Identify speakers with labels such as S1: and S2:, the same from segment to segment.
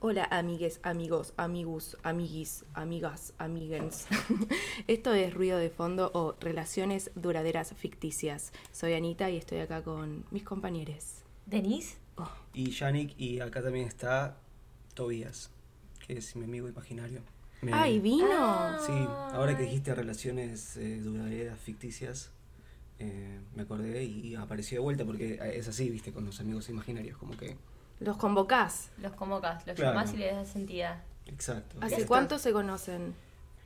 S1: Hola amigues, amigos, amigus, amiguis, amigas, amiguens. Esto es Ruido de Fondo o Relaciones Duraderas Ficticias. Soy Anita y estoy acá con mis compañeros. Oh.
S2: ¿Denise?
S3: Y Yannick, y acá también está Tobías, que es mi amigo imaginario. Me-
S1: ¡Ay,
S2: Ah.
S1: vino!
S3: Sí, ahora que dijiste relaciones eh, duraderas ficticias, eh, me acordé y apareció de vuelta porque eh, es así, viste, con los amigos imaginarios, como que.
S1: Los convocás.
S2: Los convocas, los
S3: Claro.
S2: llamás y les das entidad.
S3: Exacto.
S1: ¿Hace
S3: Está-
S1: cuánto se conocen?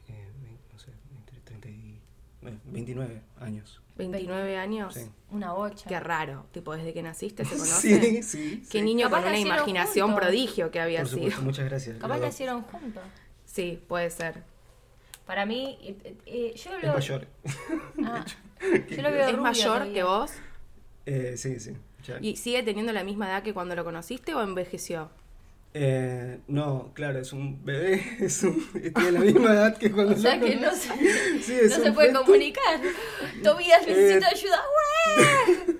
S3: eh, vein- no sé, entre 30 y- bueno, 29 años.
S1: ¿29 años?
S3: Sí.
S2: Una bocha.
S1: Qué raro, tipo, desde que naciste se conocen.
S3: Sí, sí.
S1: Qué
S3: sí.
S1: niño
S2: Capaz
S1: con una
S2: nacieron
S1: imaginación
S2: juntos.
S1: prodigio que había
S3: Por
S1: sido.
S3: supuesto, muchas gracias.
S2: Capaz
S3: Leo.
S2: nacieron juntos.
S1: Sí, puede ser.
S2: Para mí, eh, eh, yo
S3: Es
S2: lo.
S3: mayor.
S2: Ah,
S3: ¿Qué
S2: yo lo veo
S1: ¿Es
S2: rubio
S1: mayor
S2: todavía.
S1: que vos?
S3: Eh, sí, sí. ya.
S1: ¿Y sigue teniendo la misma edad que cuando lo conociste o envejeció?
S3: Eh, no, claro, es un bebé, es un, tiene la misma edad que cuando
S2: O sea
S3: yo
S2: que no
S3: conocí.
S2: se,
S3: Sí,
S2: no
S3: es
S2: se
S3: un
S2: puede
S3: feto.
S2: comunicar. Tobías necesita
S3: Eh.
S2: ayuda. ¡Ué!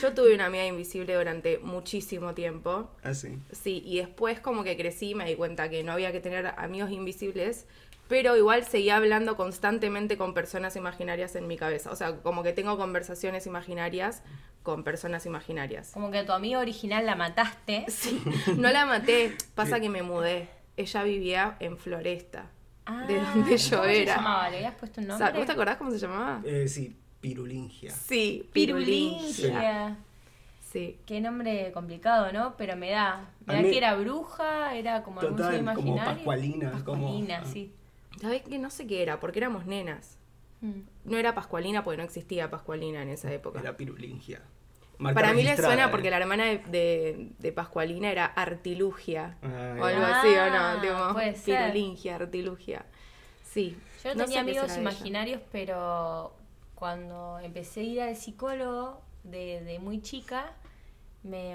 S1: Yo tuve una amiga invisible durante muchísimo tiempo.
S3: Ah, sí.
S1: Sí, y después como que crecí y me di cuenta que no había que tener amigos invisibles, pero igual seguía hablando constantemente con personas imaginarias en mi cabeza. O sea, como que tengo conversaciones imaginarias con personas imaginarias.
S2: Como que a tu amiga original la mataste.
S1: Sí, no la maté, pasa que me mudé. Ella vivía en Floresta,
S2: Ah,
S1: de donde yo
S2: ¿cómo Se
S1: era.
S2: llamaba? ¿Le habías puesto un
S1: O
S2: nombre?
S1: sea, ¿Vos te acordás cómo se llamaba?
S3: Eh, sí, pirulingia.
S1: Sí, Pirulingia.
S2: Pirulingia.
S1: Sí.
S2: Qué nombre complicado, ¿no? Pero me da. Me
S3: A
S2: da
S3: mí-
S2: que era bruja, era como algún
S3: Total,
S2: ser
S3: como
S2: imaginario.
S3: Pascualina, como-
S2: Pascualina,
S3: ah.
S2: sí.
S1: ¿Sabés que no sé qué era? Porque éramos nenas.
S2: Mm.
S1: No era Pascualina porque no existía Pascualina en esa época.
S3: Era eh. pirulingia.
S1: Para mí le suena porque la hermana de, de- de Pascualina era Artilugia.
S3: Ah,
S1: o algo
S2: ya.
S1: así, ¿o no?
S2: Ah, puede
S1: Tipo,
S2: ser.
S1: pirulingia, Artilugia. Sí.
S2: Yo
S1: No
S2: no,
S1: sé
S2: tenía
S1: qué
S2: amigos
S1: será de ella.
S2: imaginarios, pero cuando empecé a ir al psicólogo de, de muy chica, me,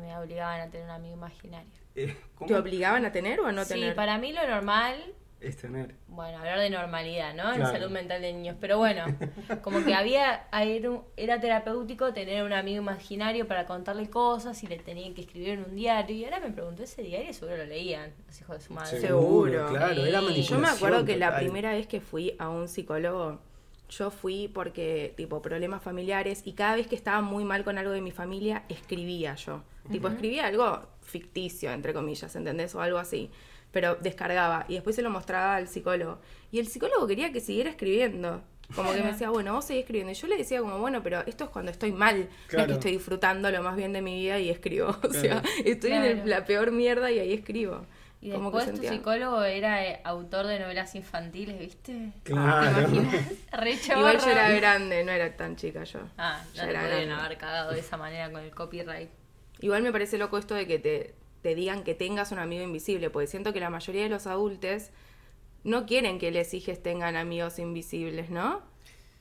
S2: me obligaban a tener un amigo imaginario.
S3: Eh,
S1: ¿Te obligaban a tener o a no
S2: sí,
S1: tener?
S2: para mí lo normal,
S3: Es tener.
S2: bueno, hablar de normalidad, ¿no? En
S3: Claro.
S2: salud mental de niños, pero bueno, como que había, era un- era terapéutico tener un amigo imaginario para contarle cosas y le tenían que escribir en un diario. Y ahora me preguntó, ese diario seguro lo leían los hijos de su madre.
S1: Ah, Seguro.
S3: Claro,
S2: Sí.
S3: era
S1: Yo
S3: manipulación.
S1: me acuerdo que la
S3: total.
S1: primera vez que fui a un psicólogo, yo fui porque, tipo, problemas familiares y cada vez que estaba muy mal con algo de mi familia, escribía yo. Tipo, escribía algo ficticio, entre comillas, ¿entendés? O algo así. Pero descargaba y después se lo mostraba al psicólogo. Y el psicólogo quería que siguiera escribiendo. Como que me decía, bueno, vos seguís escribiendo. Y yo le decía como, bueno, pero esto es cuando estoy mal. No es que
S3: Claro.
S1: estoy disfrutando lo más bien de mi vida y escribo. O sea,
S3: Claro.
S1: estoy en el-
S2: Claro.
S1: la peor mierda y ahí escribo.
S2: Y
S1: Como que
S2: después tu
S1: sentía-
S2: psicólogo era eh, autor de novelas infantiles, ¿viste?
S3: Claro.
S2: Re
S1: Igual
S2: chorro.
S1: yo era grande, no era tan chica yo.
S2: Ah,
S1: Ya
S2: no te
S1: era
S2: podrían
S1: grande.
S2: haber cagado de esa manera con el copyright.
S1: Igual me parece loco esto de que te, te digan que tengas un amigo invisible, porque siento que la mayoría de los adultos no quieren que les hijes tengan amigos invisibles, ¿no?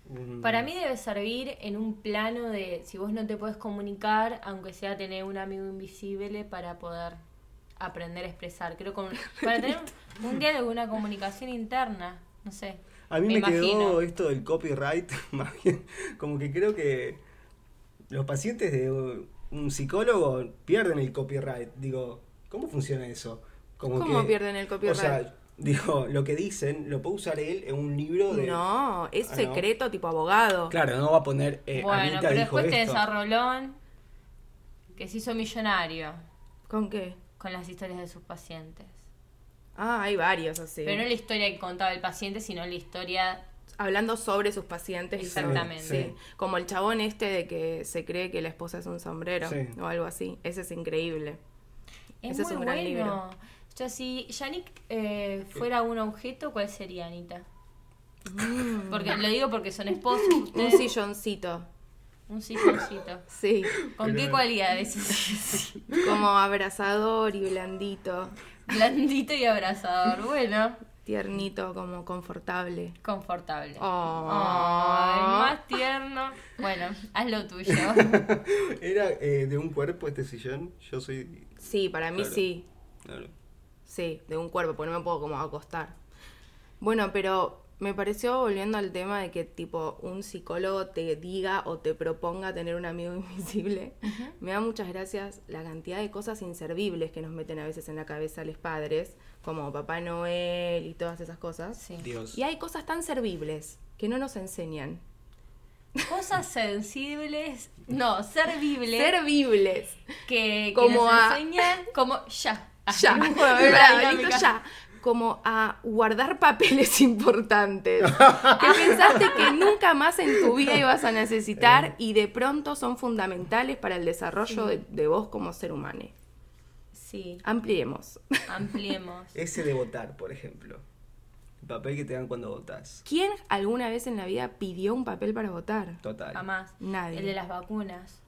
S3: Mm,
S2: Para mí debe servir en un plano de si vos no te puedes comunicar, aunque sea tener un amigo invisible para poder aprender a expresar. Creo como para tener un, un diálogo, una comunicación interna, no sé.
S3: A mí me, quedó este,
S2: imagino.
S3: esto del copyright, más bien, como que creo que los pacientes de uh, un psicólogo pierden el copyright. Digo, ¿cómo funciona eso? Como
S1: ¿Cómo pierden el copyright?
S3: O sea, digo, lo que dicen lo puede usar él en un libro de...
S1: No, es
S3: Ah, no.
S1: secreto tipo abogado.
S3: Claro, no va a poner... eh,
S2: bueno,
S3: Anita
S2: pero
S3: dijo
S2: después te
S3: esto.
S2: desarrolló que se hizo millonario
S1: ¿Con qué?
S2: con las historias de sus pacientes.
S1: Ah, hay varios así.
S2: Pero no la historia que contaba el paciente, sino la historia.
S1: Hablando sobre sus pacientes. y sobre-
S2: Exactamente.
S1: sí. Como el chabón este de que se cree que la esposa es un sombrero
S3: Sí.
S1: o algo así. Ese es increíble.
S2: Es
S1: Ese es
S2: muy
S1: un gran
S2: bueno.
S1: libro.
S2: Yo, si Yannick eh, fuera un objeto, ¿cuál sería, Anita? Porque lo digo porque son esposos
S1: Mm. Un
S2: ustedes.
S1: silloncito.
S2: Un silloncito.
S1: Sí.
S2: ¿Con qué
S1: Eh.
S3: Pero-
S2: cualidades?
S1: Como abrazador y blandito,
S2: Blandito y abrazador. Bueno,
S1: tiernito, como confortable.
S2: confortable.
S1: Oh.
S2: Ay, más tierno. Bueno, haz lo tuyo.
S3: Era eh, de un cuerpo este sillón, yo soy...
S1: Sí, para mí
S3: Claro.
S1: sí,
S3: claro.
S1: sí, de un cuerpo, porque no me puedo como acostar. Bueno, pero Me pareció, volviendo al tema de que tipo un psicólogo te diga o te proponga tener un amigo invisible, me da muchas gracias la cantidad de cosas inservibles que nos meten a veces en la cabeza los padres, como Papá Noel y todas esas cosas.
S2: Sí.
S3: Dios.
S1: Y hay cosas tan servibles que no nos enseñan.
S2: Cosas sensibles, no, servibles,
S1: Servibles.
S2: que, que
S1: como
S2: nos
S1: a-
S2: enseñan como ya.
S1: Ya,
S2: Una
S1: Pará, listo,
S2: dinámica.
S1: ya. Como a guardar papeles importantes. Que pensaste que nunca más en tu vida ibas a necesitar y de pronto son fundamentales para el desarrollo de, de vos como ser humano.
S2: Sí,
S1: Ampliemos.
S2: ampliemos.
S1: Eh,
S3: Ese de votar, por ejemplo. El papel que te dan cuando votás.
S1: ¿Quién alguna vez en la vida pidió un papel para votar?
S3: Total.
S2: Jamás.
S1: Nadie.
S2: El de las vacunas.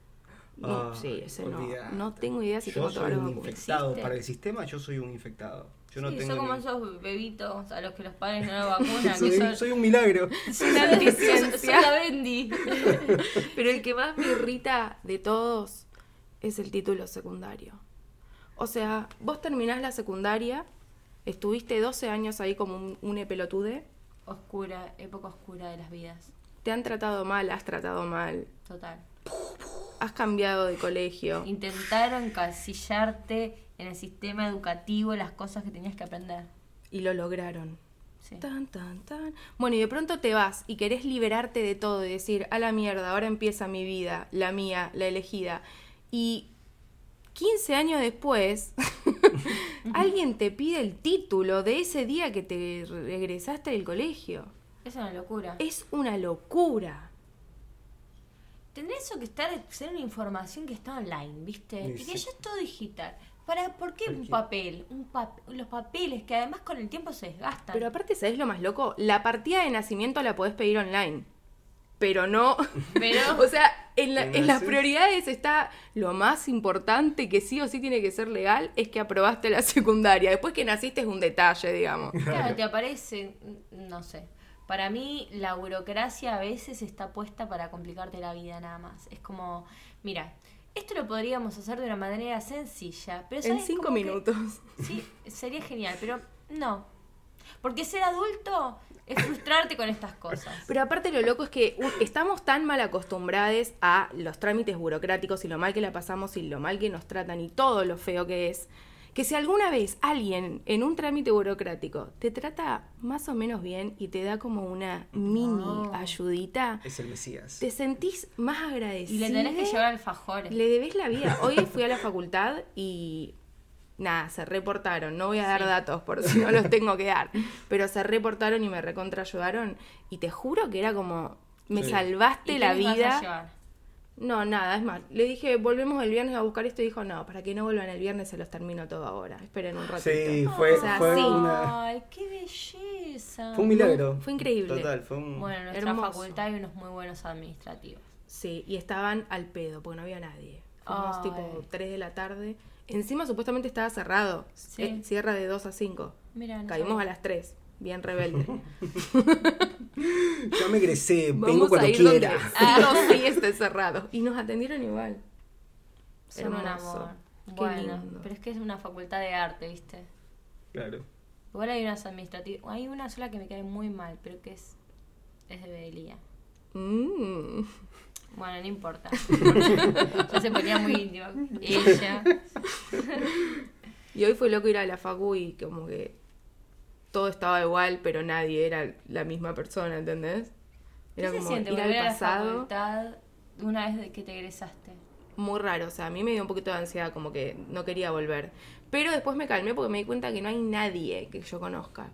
S1: No,
S3: Ay,
S1: sí, ese no.
S3: olvidate.
S1: No tengo idea si
S3: Ah, yo
S1: tengo todos
S3: soy
S1: los
S3: un
S1: vacunas.
S3: infectado.
S2: Existe.
S3: Para el sistema yo soy un infectado. Yo no
S2: sí,
S3: tengo
S2: son como
S3: ni-
S2: esos bebitos a los que los padres no los vacunan.
S3: soy,
S2: que son,
S3: soy un milagro.
S2: son una
S1: deficiencia.
S2: son la Bendy.
S1: Pero el que más me irrita de todos es el título secundario. O sea, vos terminás la secundaria, estuviste 12 años ahí como un, un epelotude,
S2: Oscura, época oscura de las vidas.
S1: te han tratado mal, has tratado mal,
S2: Total.
S1: has cambiado de colegio.
S2: Intentaron casillarte en el sistema educativo las cosas que tenías que aprender.
S1: Y lo lograron.
S2: Sí.
S1: Tan, tan, tan. Bueno, y de pronto te vas y querés liberarte de todo y decir, a la mierda, ahora empieza mi vida, la mía, la elegida. Y 15 años después, alguien te pide el título de ese día que te regresaste del colegio.
S2: Es una locura.
S1: Es una locura.
S2: Tendría eso que estar, ser una información que está online, ¿viste?
S3: Y
S2: Y que
S3: sí.
S2: ya es todo digital. ¿Para, ¿Por qué
S3: ¿Por
S2: un
S3: qué?
S2: papel? Un pap- los papeles que además con el tiempo se desgastan.
S1: Pero aparte, ¿sabés lo más loco? La partida de nacimiento la podés pedir online. Pero no.
S2: Pero-
S1: o sea, en, la-
S3: ¿En
S1: en las
S3: ese?
S1: prioridades está lo más importante que sí o sí tiene que ser legal es que aprobaste la secundaria. Después que naciste es un detalle, digamos.
S2: Claro, te aparece, mm, no sé. Para mí la burocracia a veces está puesta para complicarte la vida nada más. Es como, mira, esto lo podríamos hacer de una manera sencilla, pero
S1: En
S2: ¿sabes?
S1: cinco
S2: Como que-
S1: minutos.
S2: sí, sería genial, pero no. Porque ser adulto es frustrarte con estas cosas.
S1: Pero aparte lo loco es que u- estamos tan mal acostumbrados a los trámites burocráticos y lo mal que la pasamos y lo mal que nos tratan y todo lo feo que es, que si alguna vez alguien en un trámite burocrático te trata más o menos bien y te da como una mini
S2: No.
S1: ayudita,
S3: Es el Mesías.
S1: te sentís más
S2: Y
S1: agradecido.
S2: le tenés que llevar alfajores.
S1: Le debes la vida. Hoy fui a la facultad y nada, se reportaron. No voy a dar
S2: Sí.
S1: datos por si no los tengo que dar. Pero se reportaron y me recontra ayudaron. Y te juro que era como, me
S3: Sí.
S1: salvaste
S2: ¿Y
S1: la
S2: qué les vas a
S1: vida.
S2: llevar?
S1: No, nada, es más. Le dije, volvemos el viernes a buscar esto. Y dijo, no, para que no vuelvan el viernes se los termino todo ahora. Esperen un ratito.
S3: Sí, fue,
S1: O sea,
S3: fue
S1: sí.
S3: una-
S2: Ay, qué belleza.
S3: fue un milagro.
S1: No, fue increíble.
S3: Total, fue un...
S2: Bueno, en nuestra
S1: Hermoso.
S2: facultad hay unos muy buenos administrativos.
S1: Sí, y estaban al pedo, porque no había nadie. Fuimos
S2: Ay.
S1: tipo 3 de la tarde. Encima supuestamente estaba cerrado.
S2: Sí.
S1: Eh, cierra de 2 a 5.
S2: Mira, no
S1: Caímos a las 3, bien rebelde.
S3: Ya me egresé, vengo
S1: Vamos
S3: cuando
S1: a ir donde
S3: quiera.
S1: sí o sí esté cerrado. Y nos atendieron igual.
S2: Son un amor.
S1: Qué
S2: Bueno,
S1: lindo.
S2: pero es que es una facultad de arte, ¿viste?
S3: Claro.
S2: Igual hay unas administrativas. Hay una sola que me cae muy mal, pero que es. Es de Bedelía.
S1: Mm.
S2: Bueno, no importa. ya se ponía muy íntima. Ella.
S1: Y hoy fue loco ir a la facu y como que todo estaba igual, pero nadie era la misma persona, ¿entendés?
S2: ¿Qué
S1: Era
S2: se
S1: como
S2: siente
S1: ir al
S2: volver a la
S1: pasado.
S2: facultad una vez de que te egresaste?
S1: muy raro, o sea, a mí me dio un poquito de ansiedad, como que no quería volver. Pero después me calmé porque me di cuenta que no hay nadie que yo conozca.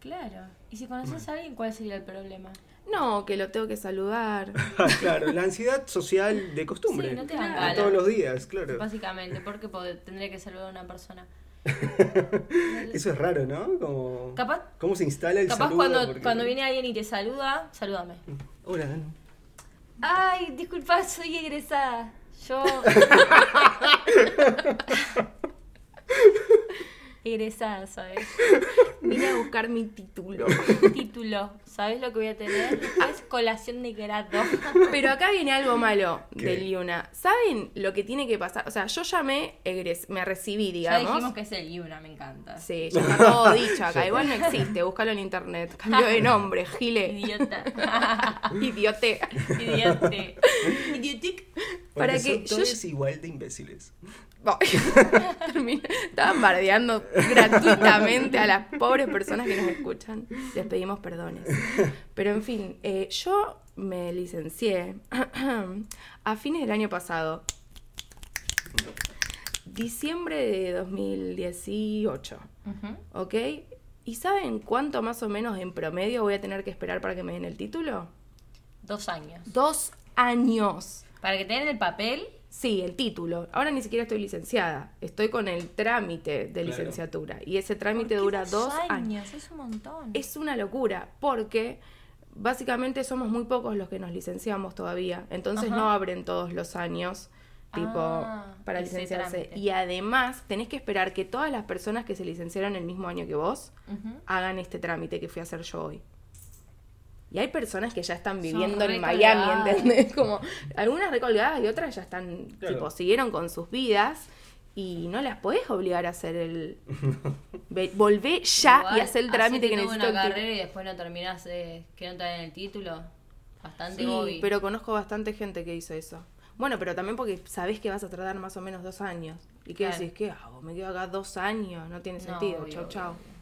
S2: Claro. Y si conoces a alguien, ¿cuál sería el problema?
S1: No, que lo tengo que saludar.
S3: Ah, claro, la ansiedad social de costumbre.
S2: Sí, no te
S1: dan
S3: De
S1: ganas.
S3: todos los días, claro.
S2: Básicamente, porque pod- tendría que saludar a una persona.
S3: Eso es raro, ¿no? Como...
S2: Capaz-
S3: ¿Cómo se instala el
S2: Capaz
S3: saludo?
S2: cuando,
S3: Porque-
S2: cuando viene alguien y te saluda, salúdame.
S3: Hola, Danu.
S2: Ay, disculpa, soy egresada. Yo. egresada, ¿sabes?
S1: Vine a buscar mi título.
S2: Título. ¿Sabes lo que voy a tener? después? colación de grato.
S1: Pero acá viene algo malo
S3: ¿Qué?
S1: del Yuna. ¿Saben lo que tiene que pasar? O sea, yo llamé, egres, me recibí,
S4: Ya
S1: digamos.
S4: dijimos que es el Yuna, me encanta.
S1: Sí, ya está todo dicho acá. Igual no existe, búscalo en internet. Cambio de nombre, gile.
S2: Idiota.
S1: Idiote.
S2: Idiote. Idiotic.
S1: Para
S3: Porque
S1: que
S3: son
S1: yo-
S3: todos igual de imbéciles.
S1: Bueno, terminé. Estaban bardeando gratuitamente a las pobres personas que nos escuchan. Les pedimos perdones. Pero en fin, eh, yo me licencié a fines del año pasado. Diciembre de 2018.
S4: Ujú.
S1: ¿Ok? ¿Y saben cuánto más o menos en promedio voy a tener que esperar para que me den el título?
S2: Dos años.
S1: Dos años.
S4: Para que te den el papel,
S1: Sí, el título. Ahora ni siquiera estoy licenciada. Estoy con el trámite de
S3: Claro.
S1: licenciatura. Y ese trámite
S2: ¿Por qué
S1: dura dos años.
S2: Es un montón.
S1: Es una locura, porque básicamente somos muy pocos los que nos licenciamos todavía. Entonces no abren todos los años, tipo,
S2: Ah,
S1: para
S2: ese
S1: licenciarse.
S2: trámite.
S1: Y además tenés que esperar que todas las personas que se licenciaron el mismo año que vos
S4: Ujú.
S1: hagan este trámite que fui a hacer yo hoy. Y hay personas que ya están
S4: Son
S1: viviendo en Miami,
S4: recolgadas.
S1: ¿entendés? Como algunas recolgadas y otras ya están,
S3: Claro.
S1: tipo, siguieron con sus vidas y no las podés obligar a hacer el... Ve- Volvé ya
S4: Igual,
S1: y hacé el
S4: hacete
S1: trámite que
S4: toda
S1: necesito.
S4: una
S1: el
S4: carrera y después no terminás, eh, que no te den el título. Bastante
S1: título.
S4: obvio.
S1: Sí, pero conozco bastante gente que hizo eso. Bueno, pero también porque sabés que vas a tardar más o menos dos años. ¿Y qué
S4: Claro.
S1: decís? ¿Qué hago? Me quedo acá dos años. No tiene
S4: No,
S1: sentido.
S4: obvio,
S1: chau,
S4: obvio,
S1: chau.
S4: obvio.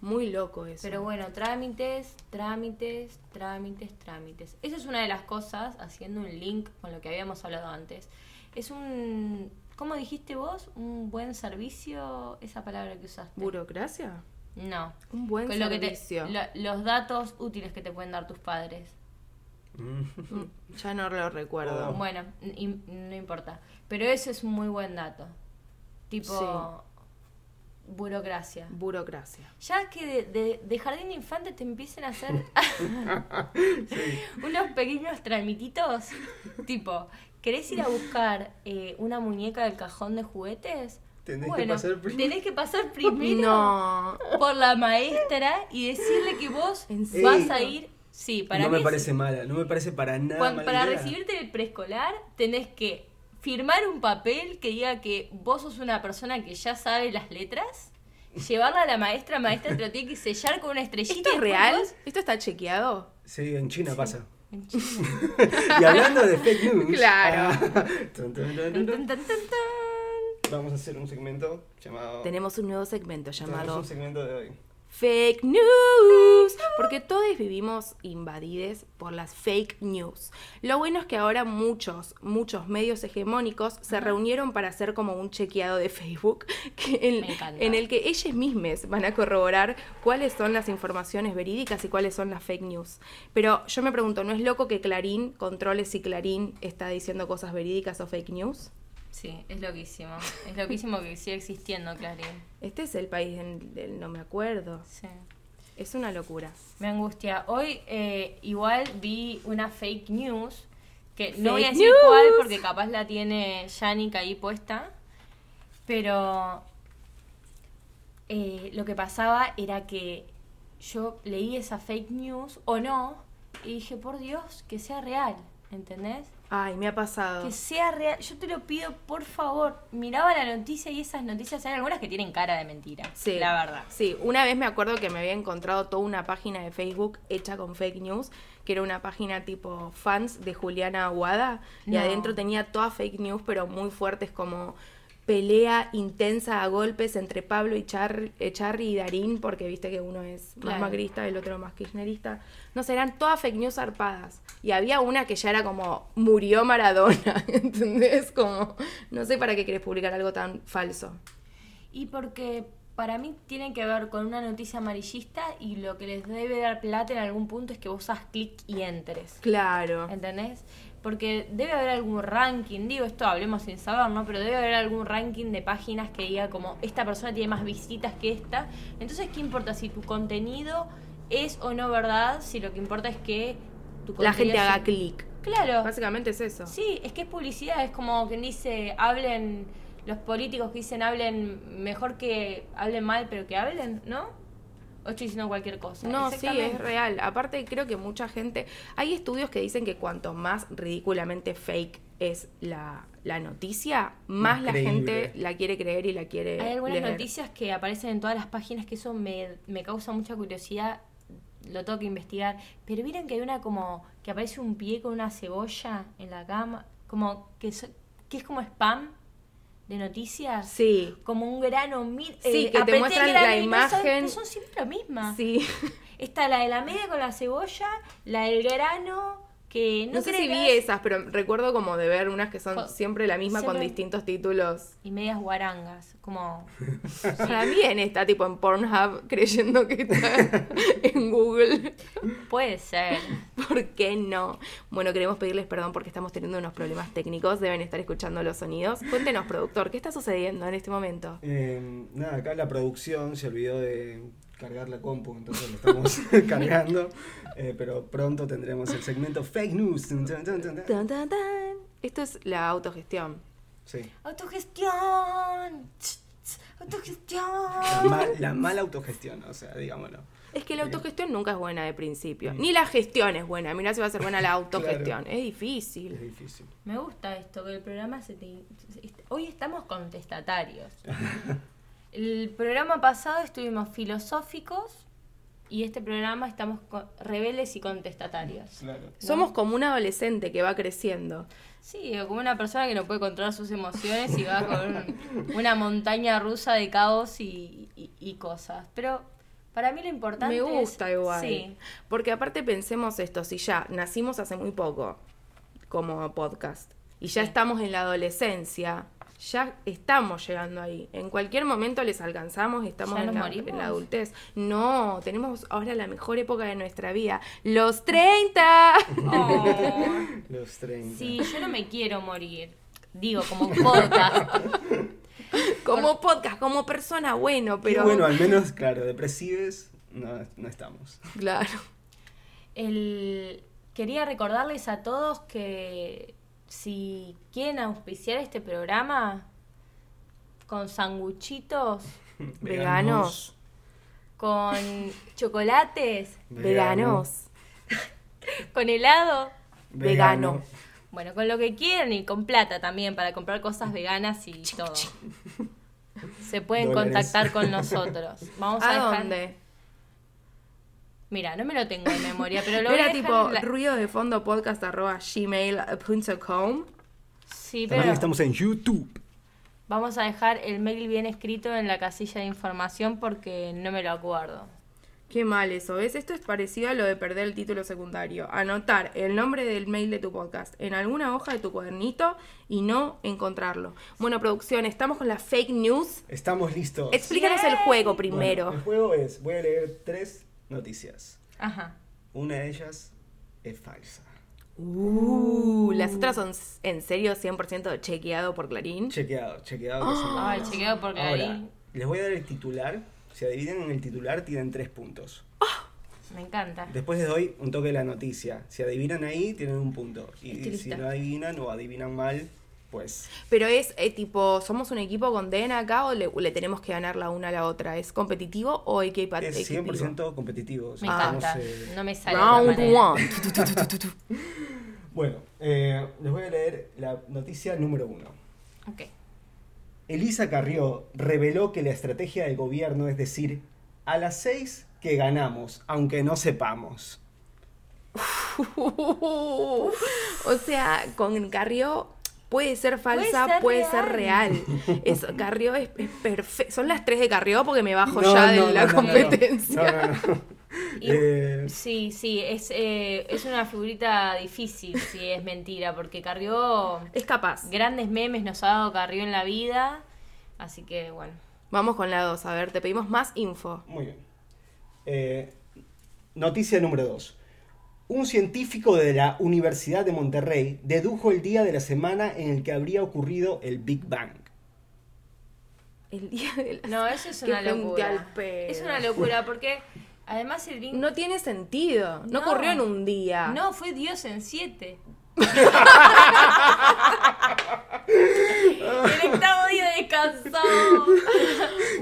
S1: Muy loco eso.
S2: Pero bueno, trámites, trámites, trámites, trámites. Esa es una de las cosas, haciendo un link con lo que habíamos hablado antes. Es un, ¿cómo dijiste vos? Un buen servicio, esa palabra que usaste.
S1: ¿Burocracia?
S2: No.
S1: Un buen
S2: Con lo que te-
S1: servicio.
S2: lo- los datos útiles que te pueden dar tus padres.
S3: Mm.
S1: Mm, Ya no lo recuerdo.
S3: Oh.
S2: Bueno, n- im- no importa. Pero eso es un muy buen dato. Tipo burocracia.
S1: Burocracia.
S2: Ya que de, de- de jardín de infantes te empiecen a hacer unos pequeños tramititos, tipo, ¿querés ir a buscar eh, una muñeca del cajón de juguetes?
S3: Tenés que pasar primero.
S2: tenés que pasar primero
S1: No.
S2: por la maestra y decirle que vos
S1: ¿En
S2: vas
S3: serio?
S2: a ir. Sí, para
S3: no
S2: mí
S3: me
S2: es-
S3: parece mala, no me parece para nada
S2: cuan-
S3: mala
S2: para
S3: idea.
S2: recibirte el preescolar tenés que firmar un papel que diga que vos sos una persona que ya sabe las letras, llevarla a la maestra, maestra te lo tiene que sellar con una estrellita.
S1: ¿Esto
S2: y
S1: es
S2: después
S1: real?
S2: vos-
S1: ¿Esto está chequeado?
S3: Sí, en China pasa. y hablando de fake news.
S1: Claro.
S3: ah, tun, tun,
S2: Tan,
S3: tun, tun,
S2: tan,
S3: tun.
S2: tan, tan, tan.
S3: Vamos a hacer un segmento llamado.
S1: Tenemos un nuevo segmento
S3: tenemos
S1: llamado
S3: un segmento de hoy.
S1: Fake News. Porque todos vivimos invadides por las fake news. Lo bueno es que ahora muchos, muchos medios hegemónicos se reunieron para hacer como un chequeado de Facebook que en,
S2: Me encanta.
S1: en el que ellos mismos van a corroborar cuáles son las informaciones verídicas y cuáles son las fake news. Pero yo me pregunto, ¿no es loco que Clarín controle si Clarín está diciendo cosas verídicas o fake news?
S2: Sí, es loquísimo. Es loquísimo que siga existiendo, Clarín.
S1: Este es el país del, del no me acuerdo.
S2: Sí.
S1: Es una locura.
S2: Me angustia. Hoy eh, igual vi una fake news, que no voy a
S1: Fake
S2: decir cuál
S1: news.
S2: porque capaz la tiene Yannick ahí puesta, pero eh, lo que pasaba era que yo leí esa fake news o no y dije, por Dios, que sea real, ¿entendés?
S1: Ay, me ha pasado.
S2: Que sea real. Yo te lo pido, por favor. Miraba la noticia y esas noticias hay algunas que tienen cara de mentira.
S1: Sí.
S2: La verdad.
S1: Sí, una vez me acuerdo que me había encontrado toda una página de Facebook hecha con fake news, que era una página tipo fans de Juliana Aguada, y
S2: No.
S1: adentro tenía todas fake news, pero muy fuertes como pelea intensa a golpes entre Pablo y Char- eh, Charry y Darín, porque viste que uno es más
S2: Claro.
S1: macrista, el otro más kirchnerista. No, sé, eran todas fake news zarpadas. Y había una que ya era como, murió Maradona, ¿entendés? Como, no sé para qué querés publicar algo tan falso.
S2: Y porque para mí tiene que ver con una noticia amarillista y lo que les debe dar plata en algún punto es que vos hagas clic y entres.
S1: Claro.
S2: ¿Entendés? Porque debe haber algún ranking, digo esto hablemos sin saber, ¿no? Pero debe haber algún ranking de páginas que diga como esta persona tiene más visitas que esta. Entonces, ¿qué importa si tu contenido es o no verdad? Si lo que importa es que tu
S1: la gente
S2: contenido
S1: haga
S2: sea-
S1: clic.
S2: Claro.
S1: Básicamente es eso.
S2: Sí, es que es publicidad, es como quien dice, hablen, los políticos que dicen hablen mejor que hablen mal, pero que hablen, ¿no? O estoy diciendo cualquier cosa.
S1: No, sí, es
S2: Exactamente.
S1: real. Aparte, creo que mucha gente. Hay estudios que dicen que cuanto más ridículamente fake es la, la noticia, más,
S3: Más
S1: la
S3: creíble.
S1: gente la quiere creer y la quiere.
S2: Hay algunas
S1: leer.
S2: noticias que aparecen en todas las páginas que eso me, me causa mucha curiosidad. Lo tengo que investigar. Pero vieron que hay una como que aparece un pie con una cebolla en la cama. Como que, so- que es como spam de noticias.
S1: Sí.
S2: Como un grano mil. eh,
S1: Sí, que te
S2: apreté el
S1: muestran
S2: grano
S1: la
S2: y no saben-
S1: imagen.
S2: pero son siempre la misma.
S1: Sí.
S2: Está la de la media con la cebolla, la del grano, que no,
S1: No sé
S2: creo
S1: si
S2: que
S1: vi
S2: es-
S1: esas, pero recuerdo como de ver unas que son
S2: Jo-
S1: siempre la misma con
S2: siempre-
S1: distintos títulos.
S2: Y medias guarangas, como
S1: También está tipo en Pornhub creyendo que está en Google.
S2: puede ser.
S1: ¿Por qué no? Bueno, queremos pedirles perdón porque estamos teniendo unos problemas técnicos. Deben estar escuchando los sonidos. Cuéntenos, productor, ¿qué está sucediendo en este momento?
S3: Eh, nada, acá la producción se olvidó de cargar la compu, entonces lo estamos cargando. Eh, pero pronto tendremos el segmento fake news. Tun, tun, tun, tun, tun.
S1: Tan, tan, tan. Esto es la autogestión.
S3: Sí,
S2: Autogestión. Ch, ch,
S3: la,
S2: Autogestión.
S3: ma- la mala autogestión, o sea, digámoslo.
S1: Es que la autogestión nunca es buena de principio. Ni la gestión es buena. Mira si va a ser buena la autogestión. Es
S3: Es
S1: difícil.
S3: difícil.
S2: Me gusta esto, que el programa se te... Hoy estamos contestatarios. El programa pasado estuvimos filosóficos y este programa estamos co- rebeldes y contestatarios.
S3: Claro.
S1: Somos como un adolescente que va creciendo.
S2: Sí, o como una persona que no puede controlar sus emociones y va con un- una montaña rusa de caos y, y- y cosas. Pero para mí lo importante
S1: Me
S2: es-
S1: gusta igual.
S2: Sí,
S1: Porque aparte pensemos esto, si ya nacimos hace muy poco como podcast y ya
S2: Sí.
S1: estamos en la adolescencia, ya estamos llegando ahí. En cualquier momento les alcanzamos, estamos
S2: ¿Ya
S1: en
S2: nos
S1: la,
S2: morimos?
S1: en la adultez. No, tenemos ahora la mejor época de nuestra vida, los 30.
S2: Oh.
S3: Los 30.
S2: Sí, yo no me quiero morir. Digo, como podcast.
S1: como podcast, como persona, bueno,
S3: Pero
S1: pero...
S3: bueno, al menos, claro, depresivos no, no estamos.
S1: Claro.
S2: El... Quería recordarles a todos que si quieren auspiciar este programa con sanguchitos,
S1: Veganos.
S2: con chocolates,
S1: Veganos.
S2: con helado,
S1: Vegano.
S2: bueno, con lo que quieran y con plata también para comprar cosas veganas y todo. Se pueden
S3: Dólares.
S2: contactar con nosotros. Vamos a,
S1: ¿A
S2: dejar-
S1: dónde?
S2: Mira, no me lo tengo en memoria, pero lo voy a
S1: Era
S2: dejar
S1: tipo
S2: en la-
S1: ruido de fondo podcast arroba gmail.com.
S2: Sí,
S3: También
S2: pero
S3: estamos en YouTube.
S2: vamos a dejar el mail bien escrito en la casilla de información porque no me lo acuerdo.
S1: Qué mal eso, ¿ves? Esto es parecido a lo de perder el título secundario. Anotar el nombre del mail de tu podcast en alguna hoja de tu cuadernito y no encontrarlo. Bueno, producción, estamos con las fake news.
S3: Estamos listos.
S1: Explícanos el juego primero.
S3: Bueno, el juego es, voy a leer tres noticias.
S2: Ajá.
S3: Una de ellas es falsa.
S1: Uh, las otras son s- en serio 100% chequeado por Clarín.
S3: Chequeado, chequeado. que son
S2: Ay,
S3: falsas.
S2: chequeado por
S3: Ahora,
S2: Clarín.
S3: les voy a dar el titular. Si adivinan en el titular, tienen tres puntos.
S2: Me encanta.
S3: Después les doy un toque de la noticia. Si adivinan ahí, tienen un punto. Y
S2: Estoy
S3: si
S2: lista.
S3: no adivinan o adivinan mal, pues
S1: Pero es eh, tipo, ¿somos un equipo con DNA acá o le, le tenemos que ganar la una a la otra? ¿Es competitivo o equipa-
S3: es
S1: equitativo?
S3: 100% competitivo. O
S2: Me
S3: sea,
S2: encanta.
S3: estamos, eh,
S2: No me sale. de otra
S1: Round
S2: manera.
S1: one. Tu, tu, tu, tu, tu, tu.
S3: Bueno, eh, les voy a leer la noticia número uno.
S2: Ok.
S3: Elisa Carrió reveló que la estrategia del gobierno es decir, a las seis que ganamos, aunque no sepamos.
S1: o sea, con Carrió puede ser falsa,
S2: ser
S1: puede ser real. Es- Carrió es, perfecto. Son las tres de Carrió porque me bajo
S3: No,
S1: ya de
S3: no,
S1: la
S3: no, no,
S1: competencia.
S3: no, no, no, no.
S2: Y-
S3: Eh,
S2: Sí, sí, es, eh, es una figurita difícil si es mentira, porque Carrió,
S1: Es capaz.
S2: grandes memes nos ha dado Carrió en la vida, así que bueno.
S1: Vamos con la dos. A ver, te pedimos más info.
S3: muy bien. Eh, noticia número dos. Un científico de la Universidad de Monterrey dedujo el día de la semana en el que habría ocurrido el Big Bang.
S1: El día de la-
S2: No, eso es
S1: Qué
S2: una
S1: gente
S2: locura.
S1: al pedo.
S2: Es una locura porque además el Big
S1: No tiene sentido. No,
S2: No.
S1: ocurrió en un día.
S2: No, fue Dios en siete. el octavo día de cansado.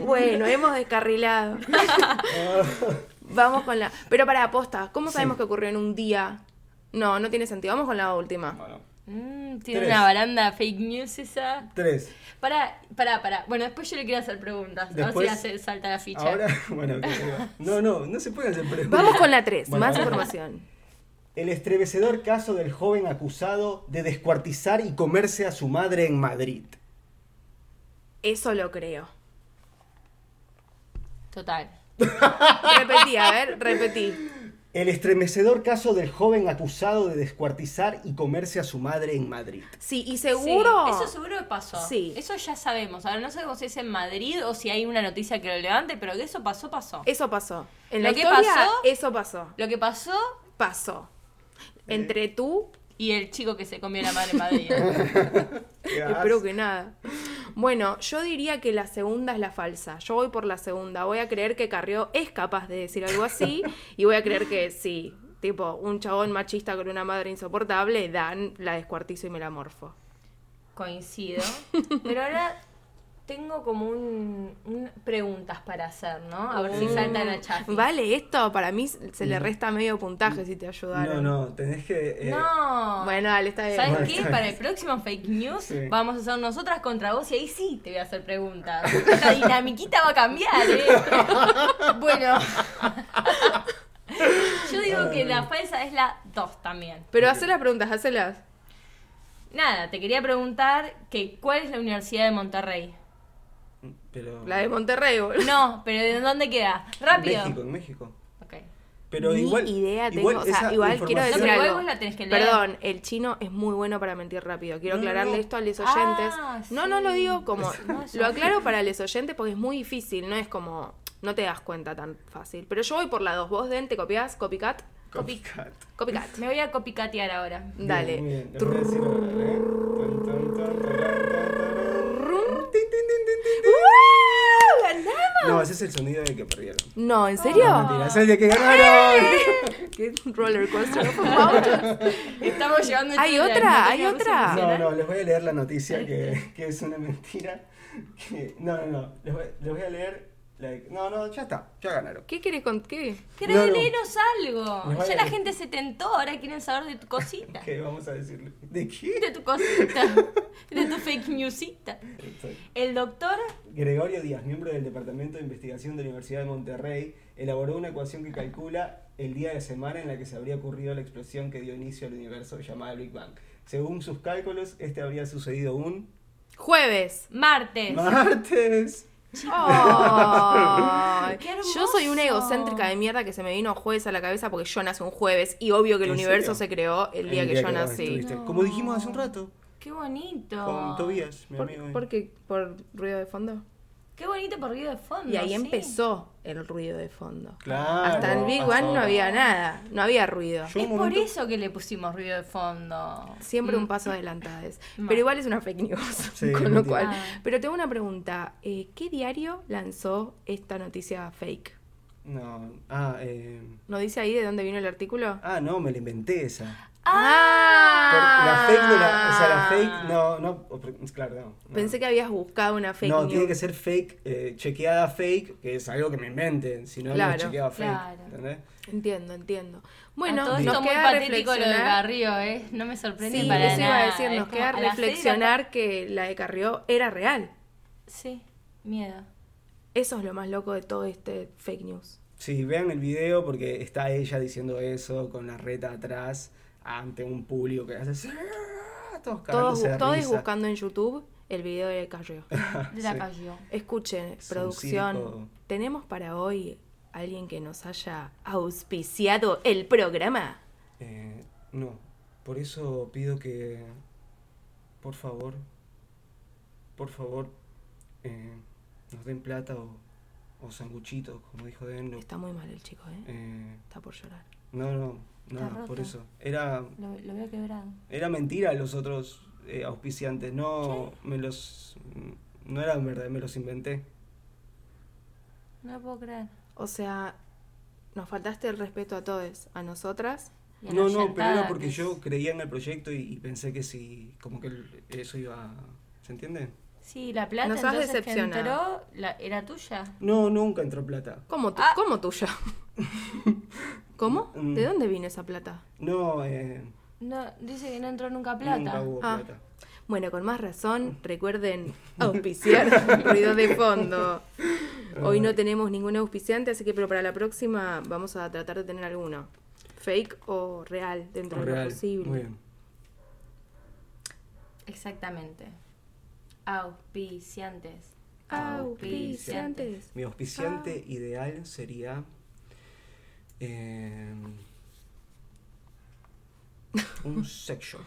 S1: Bueno, hemos descarrilado. Ah. Vamos con la. Pero para aposta, ¿cómo sabemos
S3: Sí.
S1: que ocurrió en un día? No, no tiene sentido. Vamos con la última.
S3: Bueno,
S2: Mm, tiene
S3: Tres.
S2: una baranda fake news esa.
S3: tres.
S2: Pará, pará, pará. Bueno, después yo le quiero hacer preguntas.
S3: Después-
S2: a ver si hace- salta la ficha.
S3: Ahora, bueno, ok, ahí va. no, no, no se pueden hacer preguntas.
S1: Vamos con la 3,
S3: Bueno,
S1: más
S3: vamos.
S1: información.
S3: El estremecedor caso del joven acusado de descuartizar y comerse a su madre en Madrid.
S1: Eso lo creo.
S2: Total.
S1: Repetí, a ver, repetí.
S3: El estremecedor caso del joven acusado de descuartizar y comerse a su madre en Madrid.
S1: Sí, y seguro.
S2: Sí, eso seguro que pasó.
S1: Sí.
S2: Eso ya sabemos. Ahora no sabemos si es en Madrid o si hay una noticia que lo levante, pero que eso pasó, pasó.
S1: Eso pasó. En
S2: ¿Lo
S1: la
S2: que
S1: historia,
S2: pasó?
S1: eso pasó.
S2: Lo que pasó
S1: Pasó.
S2: eh,
S1: Entre tú,
S2: y el chico que se comió la madre en Madrid.
S1: espero que nada. Bueno, yo diría que la segunda es la falsa. Yo voy por la segunda. Voy a creer que Carrió es capaz de decir algo así y voy a creer que sí. Tipo, un chabón machista con una madre insoportable, Dan, la descuartizo y me la morfo.
S2: Coincido. Pero ahora tengo como un, un- preguntas para hacer, ¿no? A ver si saltan a chat.
S1: Uh. Vale, esto para mí se le resta medio puntaje si te
S3: Mm. No,
S1: ayudaron.
S3: no, tenés que... eh,
S2: No.
S1: Bueno, dale, está bien.
S2: ¿Sabes
S3: Bueno,
S2: qué?
S3: está
S2: Para
S3: bien.
S2: el próximo fake news
S3: Sí.
S2: vamos a hacer nosotras contra vos y ahí sí te voy a hacer preguntas. Esta dinamiquita va a cambiar, ¿eh? bueno. Yo digo que la falsa es la 2 también.
S1: Pero haz las preguntas, hacelas.
S2: Nada, te quería preguntar que cuál es la Universidad de Monterrey.
S3: Pero...
S1: La de Monterrey, boludo.
S2: No, pero ¿de dónde queda? Rápido.
S3: México, en México.
S2: Ok.
S3: Pero
S1: Ni
S3: igual...
S1: idea tengo,
S3: igual
S1: o sea,
S3: esa
S1: igual quiero
S3: información-
S1: decir
S2: No, pero igual
S1: algo.
S2: vos la tenés que leer.
S1: Perdón, el chino es muy bueno para mentir rápido. Quiero
S3: No, no,
S1: aclararle
S3: no.
S1: esto a los
S2: Ah,
S1: oyentes. no, no
S2: sí.
S1: lo digo como
S2: No, yo-
S1: lo aclaro para los oyentes porque es muy difícil, no es como no te das cuenta tan fácil. Pero yo voy por la dos. Vos Den, te copiás, copycat,
S3: Copycat.
S1: copycat.
S2: Me voy a copicatear ahora.
S3: Bien,
S1: Dale.
S3: muy bien, le voy a decir ahora, eh. Tan, tan, tan, tararán. Tin, tin, tin, tin, tin,
S1: ¡Uh!
S3: tin.
S1: ¡Ganamos!
S3: No, ese es el sonido de que perdieron.
S1: No, ¿en serio?
S3: No, mentira, es el de que ganaron.
S1: Qué roller coaster of emotions.
S2: Estamos llevando el
S1: ¿Hay
S2: Twitter,
S1: otra?
S2: no
S1: ¿Hay
S2: teníamos
S1: otra?
S2: solución,
S3: No,
S2: ¿eh?
S3: no, les voy a leer la noticia que, que es una mentira. que- no, no, no. Les voy, les voy a leer. la de- no, no, ya está. Ya ganaron.
S1: ¿Qué querés con qué?
S2: Pero
S3: No, no.
S2: léenos algo.
S3: Me vale.
S2: Ya la gente se tentó, ahora quieren saber de tu cosita.
S3: ¿Qué vamos a decirle? ¿De
S2: De
S3: qué?
S2: tu cosita. De tu fake newsita. El doctor.
S3: Gregorio Díaz, miembro del Departamento de Investigación de la Universidad de Monterrey, elaboró una ecuación que calcula el día de la semana en la que se habría ocurrido la explosión que dio inicio al universo llamada Big Bang. Según sus cálculos, este habría sucedido un
S1: Jueves.
S2: Martes.
S3: martes.
S1: Oh. Ay,
S2: ¡Qué hermoso!
S1: yo soy una egocéntrica de mierda que se me vino jueves a la cabeza porque yo nací un jueves y obvio que el
S3: ¿En
S1: universo
S3: serio?
S1: se creó el día que yo
S3: vos
S1: nací.
S3: estuviste. Como dijimos hace un rato,
S2: Qué bonito.
S3: con Tobías, mi amigo.
S1: ¿Por, por qué? ¿Por ruido de fondo?
S2: Qué bonito por Río de fondo.
S1: Y ahí
S2: sí.
S1: empezó el ruido de fondo.
S3: Claro.
S1: Hasta el Big One no había nada, no había ruido.
S3: Yo-
S2: Es
S3: un
S2: por
S3: momento-
S2: eso que le pusimos ruido de fondo.
S1: Siempre un paso adelantades.
S2: Mal.
S1: Pero igual es una fake news,
S3: Sí,
S1: con lo
S3: mentira.
S1: cual.
S2: Ah.
S1: Pero tengo una pregunta. eh, ¿Qué diario lanzó esta noticia fake?
S3: No, ah, eh,
S1: ¿No dice ahí de dónde vino el artículo?
S3: ah, no, me la inventé esa. Por-
S1: ¡Ah!
S3: La fake de la, o sea, la fake, no, no, o pre- claro, no. no.
S1: Pensé que habías buscado una fake
S3: No,
S1: news.
S3: tiene que ser fake, eh, chequeada fake, que es algo que me inventen, si no, no
S1: Claro,
S3: es chequeada fake,
S2: claro.
S3: ¿entendés?
S1: Entiendo, entiendo.
S2: A
S1: Bueno,
S2: todo
S1: nos
S2: esto muy
S1: queda
S2: patético lo de
S1: reflexionar.
S2: Carrillo, ¿eh? No me sorprende
S1: sí,
S2: para
S1: eso iba
S2: nada.
S1: a decir,
S2: Es
S1: nos
S2: como
S1: queda
S2: a las seis de la
S1: reflexionar que la de Carrió era real.
S2: ta- Sí, miedo.
S1: Eso es lo más loco de todo este fake news.
S3: Sí, vean el video porque está ella diciendo eso con la reta atrás ante un público que hace así, "Ah", todos
S1: Todos,
S3: cagándose de
S1: todos
S3: risa.
S1: buscando en YouTube el video de Carrió.
S2: De la
S3: Ah, Sí.
S2: cayó.
S1: Escuchen,
S3: un circo.
S1: producción, ¿tenemos para hoy alguien que nos haya auspiciado el programa?
S3: Eh, no, por eso pido que, por favor, por favor, eh, nos den plata o, o sanguchitos, como dijo Denlo.
S1: Está muy mal el chico, ¿eh?
S3: Eh,
S1: Está por llorar.
S3: no, no, no,
S2: Está
S3: no, por
S2: roto.
S3: eso. Era,
S2: Lo, lo veo quebrado.
S3: era mentira los otros eh, auspiciantes, no me los, no eran verdad, me los inventé.
S2: No lo puedo creer.
S1: O sea, nos faltaste el respeto a todos, a nosotras.
S2: Y a
S3: No,
S2: la
S3: no, pero
S2: yantada,
S3: era porque
S2: que es-
S3: yo creía en el proyecto y, y pensé que si, como que el- eso iba, ¿se entiende?
S2: Sí, la plata
S1: Nos has
S2: entonces que
S1: decepcionado.
S2: entró la- era tuya.
S3: No, nunca entró plata.
S1: ¿Cómo, tu-
S2: Ah.
S1: ¿Cómo tuya? ¿Cómo?
S3: Mm.
S1: ¿De dónde vino esa plata?
S3: No, eh,
S2: No, dice que no entró nunca plata.
S3: nunca hubo
S1: Ah.
S3: plata.
S1: Bueno, con más razón, recuerden auspiciar ruido de fondo. Hoy no tenemos ningún auspiciante, así que pero para la próxima vamos a tratar de tener alguno. Fake o real, dentro de
S3: Real.
S1: lo posible.
S3: Muy bien.
S2: Exactamente.
S4: Auspiciantes.
S1: Auspiciantes.
S3: Mi auspiciante ideal sería. eh, un sex shop.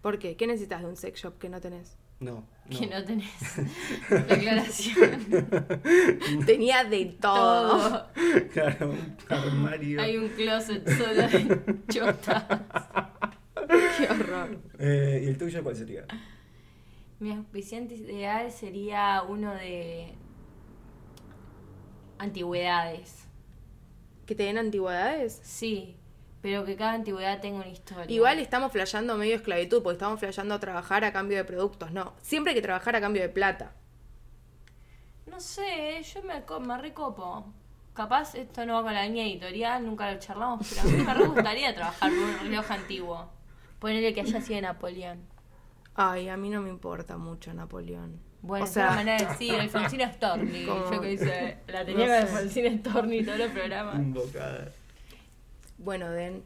S1: ¿Por qué? ¿Qué necesitas de un sex shop que no tenés?
S3: No. no.
S4: Que no tenés declaración.
S1: Tenía de todo.
S4: Todo.
S3: Claro, un armario.
S4: Hay un closet solo de chota.
S1: Qué horror.
S3: Eh, ¿Y el tuyo cuál sería?
S2: Mi auspiciante ideal sería uno de antigüedades.
S1: ¿Que te den antigüedades?
S2: Sí, pero que cada antigüedad tenga una historia.
S1: Igual estamos flasheando medio esclavitud, porque estamos flasheando trabajar a cambio de productos. No, siempre hay que trabajar a cambio de plata.
S2: No sé, yo me, co- me recopo. Capaz esto no va con la línea editorial, nunca lo charlamos, pero a mí me re gustaría trabajar por un reloj antiguo. Ponerle que haya sido de Napoleón.
S1: Ay, a mí no me importa mucho Napoleón.
S2: Bueno,
S1: o sea,
S2: manera de decir, Alfonsina Storni.
S1: Como-
S2: Yo que hice la
S1: No
S2: tenía con
S1: sé. Mm.
S2: Alfonsina Storni todos los programas.
S3: Invocada.
S1: bueno, Den,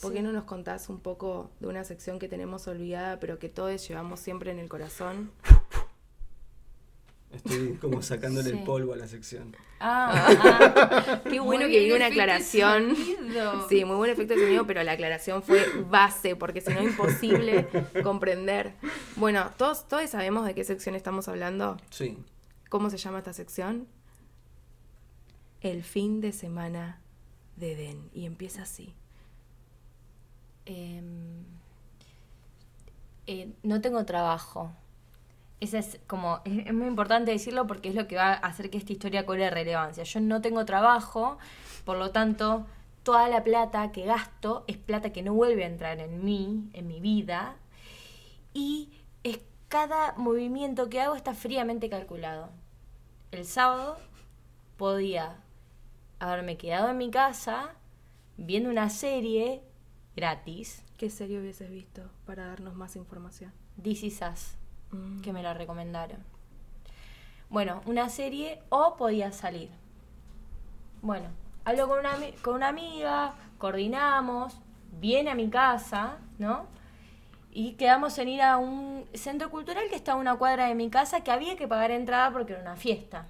S1: ¿por qué no nos contás un poco de una sección que tenemos olvidada, pero que todos llevamos siempre en el corazón?
S3: Estoy como sacándole
S2: Sí.
S3: el polvo a la sección.
S2: Ah,
S1: Qué bueno
S4: Muy
S1: que
S4: bien,
S1: vino una
S4: efecto
S1: aclaración.
S4: sonido.
S1: Sí, muy buen efecto de sonido, pero la aclaración fue base, porque si no imposible comprender. Bueno, todos, todos sabemos de qué sección estamos hablando.
S3: Sí.
S1: ¿Cómo se llama esta sección? El fin de semana de Den. Y empieza así.
S2: Em, eh, no tengo trabajo. Esa es como, es, es muy importante decirlo porque es lo que va a hacer que esta historia cobre relevancia. Yo no tengo trabajo, por lo tanto, toda la plata que gasto es plata que no vuelve a entrar en mí, en mi vida. Y es cada movimiento que hago está fríamente calculado. El sábado podía haberme quedado en mi casa viendo una serie gratis,
S1: ¿Qué serie hubieses visto para darnos más información?
S2: This Is Us,
S1: Mm.
S2: que me la recomendaron. Bueno, una serie o podía salir. Bueno, hablo con una, ami- con una amiga, coordinamos, viene a mi casa, ¿no? Y quedamos en ir a un centro cultural que está a una cuadra de mi casa que había que pagar entrada porque era una fiesta.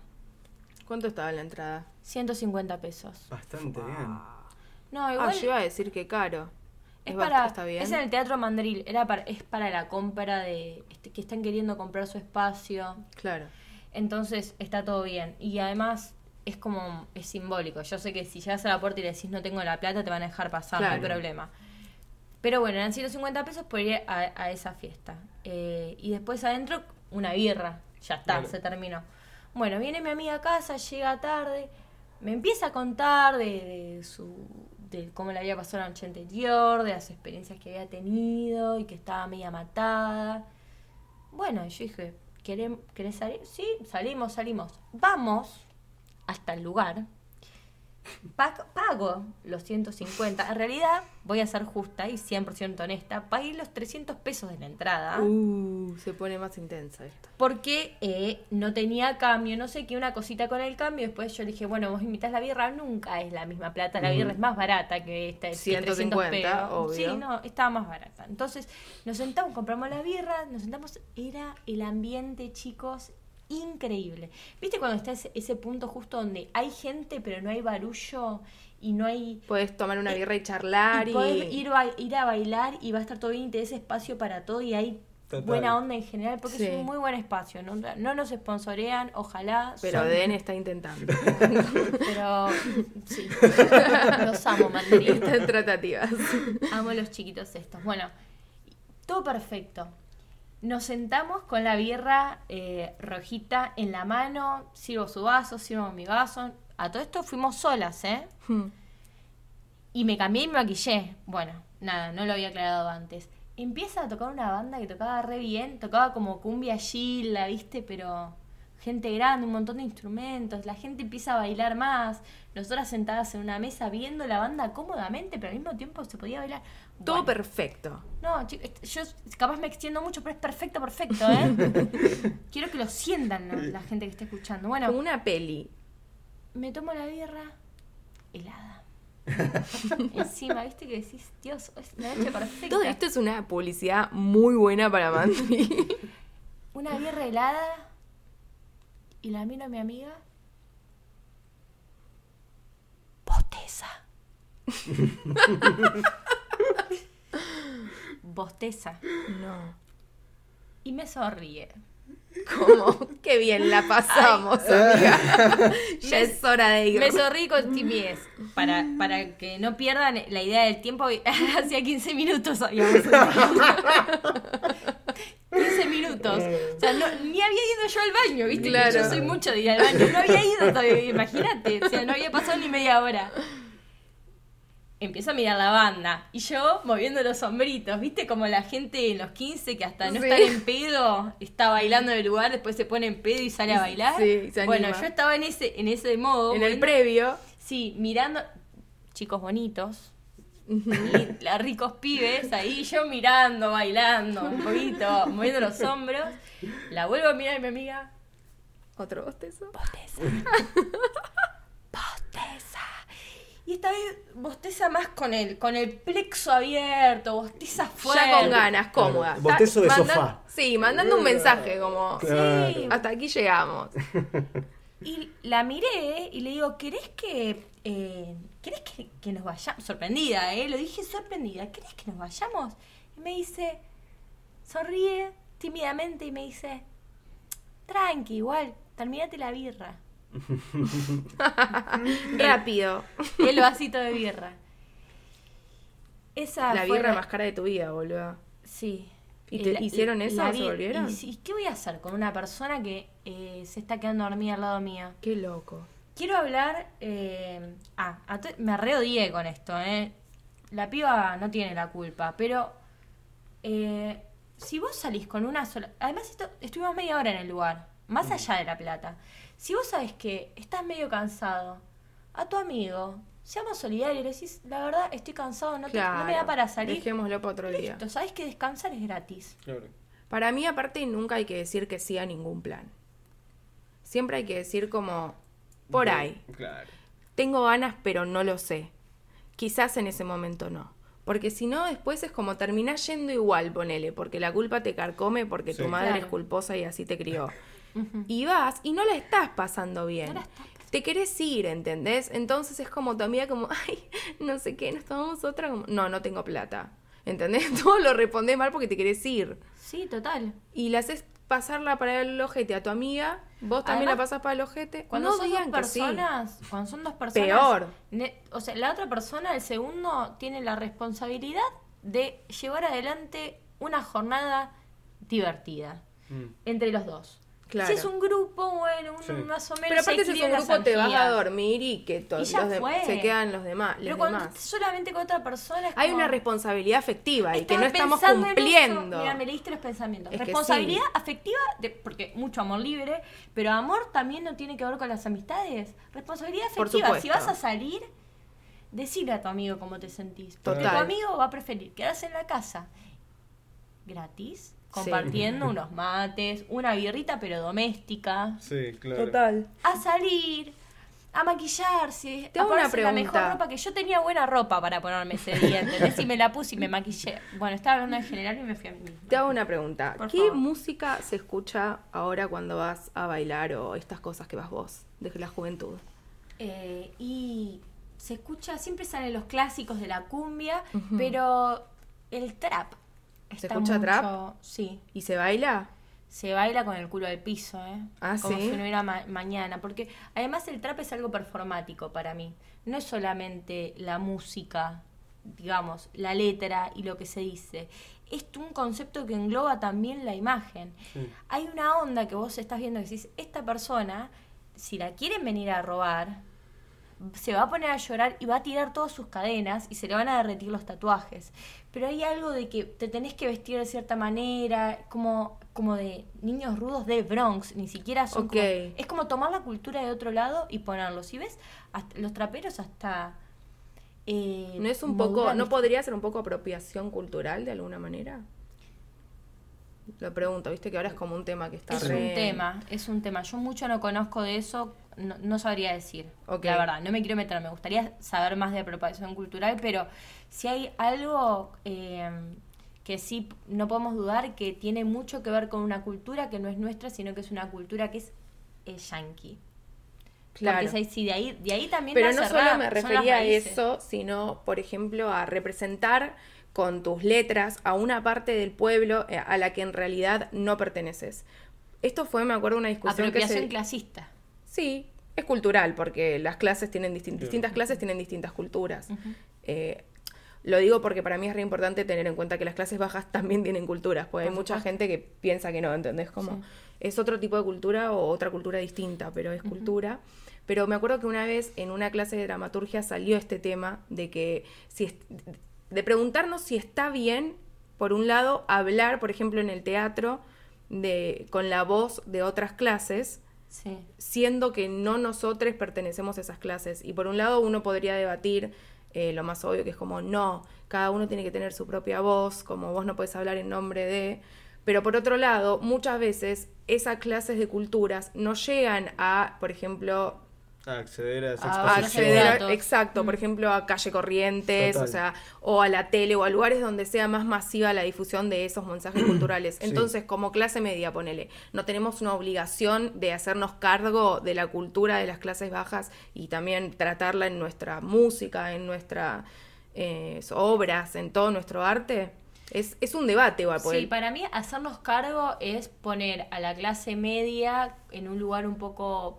S1: ¿Cuánto estaba la entrada?
S2: 150 pesos.
S3: Bastante bien.
S2: No, igual...
S1: Ah, yo iba a decir que caro.
S2: Es,
S1: bast-
S2: para,
S1: ¿Está bien?
S2: es en el Teatro Mandril, era para, es para la compra de... este, que están queriendo comprar su espacio.
S1: Claro.
S2: Entonces está todo bien. Y además es como... es simbólico. Yo sé que si llegas a la puerta y le decís no tengo la plata, te van a dejar pasar, no hay
S1: Claro.
S2: problema. Pero bueno, eran 150 pesos por ir a, a esa fiesta. Eh, y después adentro una birra. Ya está,
S3: Claro.
S2: se terminó. Bueno, viene mi amiga a casa, llega tarde, me empieza a contar de, de su de cómo le había pasado la noche anterior, de las experiencias que había tenido y que estaba media matada. Bueno, yo dije, "¿Querem- ¿querés salir? Sí, salimos, salimos. Vamos hasta el lugar. Pa- pago los 150. En realidad, voy a ser justa y 100% honesta. Pagué los 300 pesos de la entrada.
S1: Uh, se pone más intensa esto.
S2: Porque eh, no tenía cambio, no sé qué, una cosita con el cambio. Después yo le dije, bueno, vos invitas la birra, nunca es la misma plata. La birra es más barata que esta. que
S1: 150,
S2: 300 pesos.
S1: obvio.
S2: Sí, no, estaba más barata. Entonces nos sentamos, compramos la birra, nos sentamos. Era el ambiente, chicos, increíble. ¿Viste cuando está ese, ese punto justo donde hay gente, pero no hay barullo y no hay
S1: Puedes tomar una birra y charlar
S2: y
S1: y.
S2: podés ir, ba- ir a bailar y va a estar todo bien y te des espacio para todo y hay
S3: Total.
S2: buena onda en general porque
S1: Sí.
S2: es un muy buen espacio. No, no nos sponsorean, ojalá.
S1: Pero
S2: son-
S1: Den está intentando.
S2: Pero sí, los amo, Madrid.
S1: está en tratativas.
S2: Amo los chiquitos estos. Bueno, todo perfecto. Nos sentamos con la birra eh, rojita en la mano, sirvo su vaso, sirvo mi vaso. A todo esto fuimos solas, ¿eh?
S1: Hmm.
S2: Y me cambié y me maquillé. Bueno, nada, no lo había aclarado antes. empieza a tocar una banda que tocaba re bien, tocaba como cumbia gila, ¿viste? Pero gente grande, un montón de instrumentos, la gente empieza a bailar más, nosotras sentadas en una mesa viendo la banda cómodamente, pero al mismo tiempo se podía bailar.
S1: Todo
S2: Bueno,
S1: perfecto.
S2: No, chicos, est- yo capaz me extiendo mucho, pero es perfecto, perfecto, ¿eh? Quiero que lo sientan ¿no? la gente que está escuchando. Bueno,
S1: Como una peli.
S2: me tomo la birra helada. Encima, viste que decís, Dios, es la noche perfecta.
S1: Todo esto es una publicidad muy buena para Mandy.
S2: Una birra helada y la miro a mi amiga. Bosteza. Bosteza.
S1: no.
S2: Y me sonríe.
S1: ¿Cómo? Qué bien la pasamos, amiga. ya es hora de ir.
S2: Me sonríe con timidez. Para, para que no pierdan la idea del tiempo, hacía 15 minutos habíamos hablado. 15 minutos. O sea, no- ni había ido yo al baño, ¿viste? Que
S1: Claro.
S2: Yo soy mucho de ir al baño. No había ido todavía, imagínate. O sea, no había pasado ni media hora. Empiezo a mirar la banda y yo moviendo los sombritos, ¿viste? Como la gente en los 15 que hasta no
S1: Sí.
S2: están en pedo, está bailando en el lugar, después se pone en pedo y sale a bailar.
S1: Sí, se
S2: bueno,
S1: anima.
S2: yo estaba en ese, en ese modo.
S1: En el
S2: moviendo-
S1: previo.
S2: Sí, mirando chicos bonitos. Y la- ricos pibes ahí, yo mirando, bailando, un poquito, moviendo los hombros. La vuelvo a mirar y mi amiga,
S1: ¿Otro bostezo?
S2: bosteza. Bosteza. Y esta vez bosteza más con el, con el plexo abierto, bosteza fuerte.
S1: Ya con ganas, cómoda.
S5: Claro, bostezo de
S1: Está
S5: sofá.
S1: Sí, mandando un mensaje como...
S5: Claro.
S2: Sí.
S1: Hasta aquí llegamos.
S2: Y la miré y le digo, ¿querés que, eh, ¿querés que, que nos vayamos? Sorprendida, ¿eh? Lo dije sorprendida. ¿Querés que nos vayamos? Y me dice, sonríe tímidamente y me dice, tranqui, igual, terminate la birra.
S1: Rápido.
S2: El vasito de birra. Esa
S1: La
S2: Ah, fue
S1: birra más cara de tu vida, boludo.
S2: Sí. Eh,
S1: ¿Y te-
S2: la-
S1: hicieron eso?
S2: la
S1: ¿Se
S2: vi-
S1: volvieron?
S2: y sí, ¿Qué voy a hacer con una persona que eh, se está quedando dormida al lado mío?
S1: Qué loco.
S2: Quiero hablar. eh, ah, a to- me reodié con esto, ¿eh? La piba no tiene la culpa, pero. eh, si vos salís con una sola. Además, esto, estuvimos media hora en el lugar, más
S1: Mm.
S2: allá de La Plata. Si vos sabés que estás medio cansado, a tu amigo, seamos solidarios, le decís, la verdad, estoy cansado, no, te- no me da
S1: Claro.
S2: para salir.
S1: Dejémoslo para otro día.
S2: Listo, sabés que descansar es gratis.
S3: Claro.
S1: Para mí, aparte, nunca hay que decir que sí a ningún plan. Siempre hay que decir como, por ahí.
S3: Claro.
S1: Tengo ganas, pero no lo sé. Quizás en ese momento no. Porque si no, después es como terminás yendo igual, ponele, porque la culpa te carcome, porque tu
S3: Sí.
S1: madre
S2: Claro.
S1: es culposa y así te crió. Y vas y no la estás pasando bien.
S2: No la estás pasando
S1: Te querés ir, ¿entendés? Entonces es como tu amiga como, ay, no sé qué, nos tomamos otra, como, no, no tengo plata. ¿Entendés? Todo lo respondés mal porque te querés ir
S2: Sí, total.
S1: y la haces pasarla para el ojete a tu amiga, vos también
S2: Además,
S1: la pasás para el ojete.
S2: Cuando
S1: no
S2: son dos
S1: digan que sí.
S2: personas, cuando son dos personas,
S1: Peor.
S2: ne- o sea, la otra persona, el segundo, tiene la responsabilidad de llevar adelante una jornada divertida
S3: Mm.
S2: entre los dos.
S1: Claro.
S2: Si es un grupo, bueno, uno
S3: Sí.
S2: más o menos.
S1: Pero aparte
S2: se
S1: si es un
S2: equilibran las
S1: grupo te vas a
S2: energías.
S1: dormir y que
S2: Y
S1: todos
S2: ya
S1: los de-
S2: fue.
S1: se quedan los demás.
S2: Pero
S1: los
S2: cuando
S1: demás.
S2: estás solamente con otra persona. es
S1: Hay
S2: como,
S1: una responsabilidad afectiva y que
S2: estaba
S1: no estamos
S2: pensando en eso.
S1: cumpliendo.
S2: Mira, me leíste los pensamientos.
S1: Es que
S2: Responsabilidad
S1: sí.
S2: afectiva, de- porque mucho amor libre, pero amor también no tiene que ver con las amistades. Responsabilidad
S1: Por
S2: afectiva. Si
S1: supuesto.
S2: vas a salir, decirle a tu amigo cómo te sentís. Porque
S1: Total.
S2: tu amigo va a preferir quedarse en la casa gratis, compartiendo unos mates, una birrita pero doméstica,
S3: Sí, claro.
S2: a salir. A maquillarse,
S1: Te hago
S2: a
S1: una
S2: ponerse la mejor
S1: pregunta.
S2: ropa que yo tenía buena ropa para ponerme ese día, ¿entendés? Y me la puse y me maquillé. Bueno, estaba hablando en general y me fui a mí misma.
S1: Te hago una pregunta.
S2: Por
S1: ¿Qué
S2: favor.
S1: música se escucha ahora cuando vas a bailar o estas cosas que vas vos desde la juventud?
S2: Eh, y se escucha, siempre salen los clásicos de la cumbia, pero el trap.
S1: ¿Se
S2: está
S1: escucha trap?
S2: Sí.
S1: ¿Y se baila?
S2: Se baila con el culo al piso, ¿eh?
S1: Ah,
S2: Como
S1: ¿sí?
S2: si no era ma- mañana. Porque además el trap es algo performático para mí. No es solamente la música, digamos, la letra y lo que se dice. Es un concepto que engloba también la imagen.
S1: Mm.
S2: Hay una onda que vos estás viendo que decís, esta persona, si la quieren venir a robar, se va a poner a llorar y va a tirar todas sus cadenas y se le van a derretir los tatuajes. Pero hay algo de que te tenés que vestir de cierta manera, como, como de niños rudos de Bronx, ni siquiera son como-
S1: Ok.
S2: es como tomar la cultura de otro lado y ponerlos. Y ves, Hasta- los traperos hasta... eh,
S1: ¿No es un poco,
S2: modulan
S1: no podría ser un poco apropiación cultural de alguna manera? Lo pregunto, viste que ahora es como un tema que está
S2: Es
S1: re-
S2: un tema, es un tema. Yo mucho no conozco de eso, no, no sabría decir.
S1: Ok.
S2: La verdad, no me quiero meter, me gustaría saber más de propagación cultural, pero si hay algo eh, que sí no podemos dudar que tiene mucho que ver con una cultura que no es nuestra, sino que es una cultura que es eh, yanqui.
S1: Claro.
S2: Porque es ahí- sí, de ahí, de ahí también
S1: Pero
S2: la
S1: no
S2: cerrada,
S1: solo me
S2: son las
S1: refería a
S2: raíces.
S1: eso, sino, por ejemplo, a representar con tus letras a una parte del pueblo eh, a la que en realidad no perteneces. Esto fue, me acuerdo, una discusión que
S2: Apropiación
S1: se...
S2: clasista.
S1: Sí, es cultural, porque las clases tienen distin-
S3: Claro.
S1: distintas clases tienen distintas culturas. Eh, lo digo porque para mí es re importante tener en cuenta que las clases bajas también tienen culturas, porque hay
S2: Por
S1: mucha
S2: supuesto.
S1: gente que piensa que no, ¿entendés? Como es otro tipo de cultura o otra cultura distinta, pero es cultura. Pero me acuerdo que una vez en una clase de dramaturgia salió este tema de que si es- de preguntarnos si está bien, por un lado, hablar, por ejemplo, en el teatro de, con la voz de otras clases,
S2: Sí.
S1: siendo que no nosotros pertenecemos a esas clases. Y por un lado uno podría debatir eh, lo más obvio que es como, no, cada uno tiene que tener su propia voz, como vos no podés hablar en nombre de... Pero por otro lado, muchas veces esas clases de culturas no llegan a, por ejemplo,
S5: A acceder a esa
S2: Ah,
S1: a
S5: exposición.
S1: acceder a-
S2: datos. Mm.
S1: exacto, por ejemplo, a calle Corrientes,
S3: Total.
S1: o sea, o a la tele, o a lugares donde sea más masiva la difusión de esos mensajes culturales.
S3: Sí.
S1: Entonces, como clase media, ponele, no tenemos una obligación de hacernos cargo de la cultura de las clases bajas y también tratarla en nuestra música, en nuestras eh, obras, en todo nuestro arte. Es, es un debate, igual, porque
S2: Sí, para mí hacernos cargo es poner a la clase media en un lugar un poco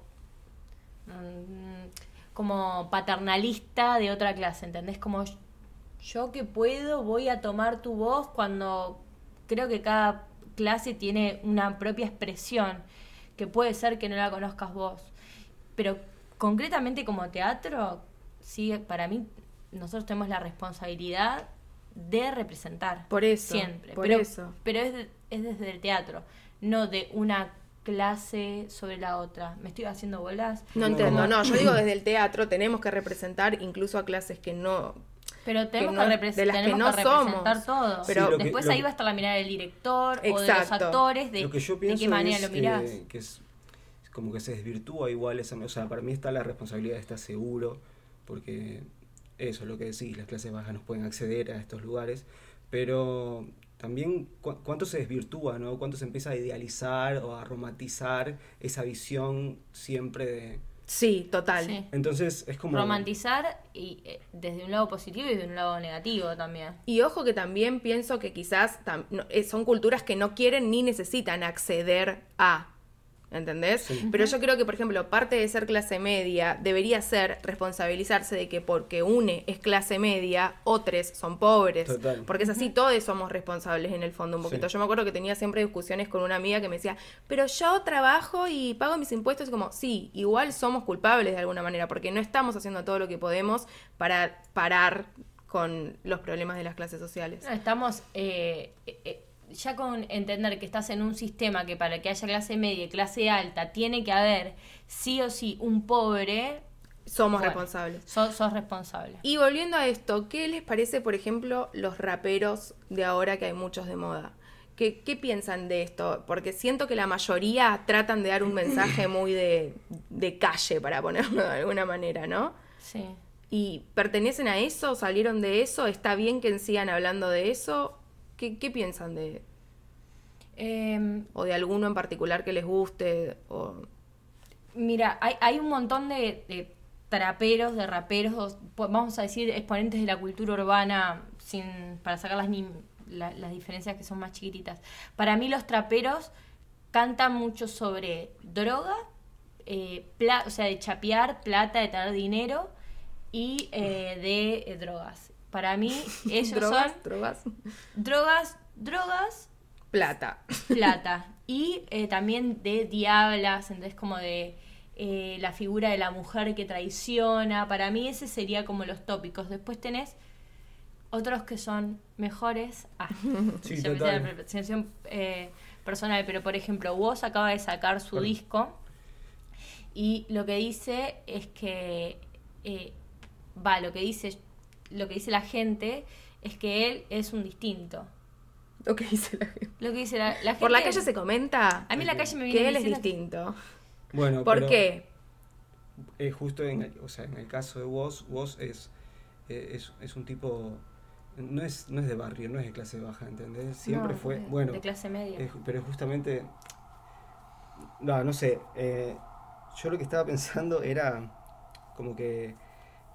S2: mm, como paternalista de otra clase, ¿entendés? Como yo que puedo voy a tomar tu voz cuando creo que cada clase tiene una propia expresión que puede ser que no la conozcas vos. Pero concretamente como teatro, sí, para mí nosotros tenemos la responsabilidad de representar.
S1: Por eso,
S2: Siempre.
S1: por
S2: pero,
S1: eso.
S2: Pero es, de- es desde el teatro, no de una clase sobre la otra. ¿Me estoy haciendo bolas?
S1: no
S3: No,
S1: entiendo,
S3: como-
S1: no, yo digo desde el teatro tenemos que representar incluso a clases que no
S2: Pero tenemos
S1: no-
S2: que, repres-
S1: de las que
S2: tenemos
S1: no
S2: que representar
S1: somos.
S2: todo.
S1: Pero- Sí, lo
S3: que-
S2: Después
S3: lo-
S2: ahí va a estar la mirada del director o de los
S1: Exacto.
S2: actores, de,
S3: lo que yo
S2: de
S3: pienso
S2: qué manera
S3: es eh,
S2: lo
S3: que-
S2: mirás.
S3: que, es como que se desvirtúa igual esa o sea para mí está la responsabilidad está seguro porque eso es lo que decís las clases bajas nos pueden acceder a estos lugares pero también cu- cuánto se desvirtúa no cuánto se empieza a idealizar o a romantizar esa visión siempre de
S1: Sí, total.
S2: Sí.
S3: entonces es como
S2: Romantizar y, eh, desde un lado positivo y desde un lado negativo también.
S1: Y ojo que también pienso que quizás tam- no- eh, son culturas que no quieren ni necesitan acceder a. ¿Entendés?
S3: Sí.
S1: Pero yo creo que, por ejemplo, parte de ser clase media debería ser responsabilizarse de que porque une es clase media, otros son pobres.
S3: Total.
S1: Porque es así, todos somos responsables en el fondo un poquito.
S3: Sí.
S1: Yo me acuerdo que tenía siempre discusiones con una amiga que me decía, pero yo trabajo y pago mis impuestos. Y como, sí, igual somos culpables de alguna manera, porque no estamos haciendo todo lo que podemos para parar con los problemas de las clases sociales.
S2: No, estamos eh, eh, eh, ya con entender que estás en un sistema que para que haya clase media y clase alta tiene que haber sí o sí un pobre,
S1: Somos
S2: Bueno.
S1: responsables.
S2: sos, sos responsable.
S1: Y volviendo a esto, ¿qué les parece, por ejemplo, los raperos de ahora que hay muchos de moda? ¿Qué, qué piensan de esto? Porque siento que la mayoría tratan de dar un mensaje muy de, de calle, para ponerlo de alguna manera, ¿no?
S2: Sí.
S1: ¿Y pertenecen a eso? ¿Salieron de eso? ¿Está bien que sigan hablando de eso? ¿Qué, qué piensan de...?
S2: Em,
S1: ¿O de alguno en particular que les guste? O...
S2: Mira, hay, hay un montón de, de traperos, de raperos, po- vamos a decir exponentes de la cultura urbana, sin, para sacar las, nim- la- las diferencias que son más chiquititas. Para mí los traperos cantan mucho sobre droga, eh, pla- o sea, de chapear plata, de traer dinero y eh, de eh, drogas. Para mí ellos
S1: ¿Drogas?
S2: son
S1: ¿Drogas?
S2: drogas, drogas,
S1: Plata.
S2: plata. Y eh, también de diablas, entonces como de eh, la figura de la mujer que traiciona. Para mí ese sería como los tópicos. Después tenés otros que son mejores. Ah,
S3: Sí,
S2: ya me
S3: total.
S2: sé la apreciación, eh, personal, pero por ejemplo, Woz acaba de sacar su
S3: Claro.
S2: disco y lo que dice es que eh, va, lo que dice lo que dice la gente es que él es un distinto.
S1: Lo que dice la gente.
S2: Lo que dice la, la gente
S1: Por la calle se comenta
S2: A mí la calle me viene
S1: que él es
S2: diciendo
S1: distinto.
S3: Bueno,
S1: ¿Por
S3: pero,
S1: qué?
S3: eh, justo en el, o sea, en el caso de Woz, Woz es, eh, es, es un tipo. No es, no es de barrio, no es de clase baja, ¿entendés? Siempre
S2: No,
S3: fue.
S2: de-
S3: bueno,
S2: de clase media.
S3: Eh, pero justamente. No, no sé. eh, yo lo que estaba pensando era como que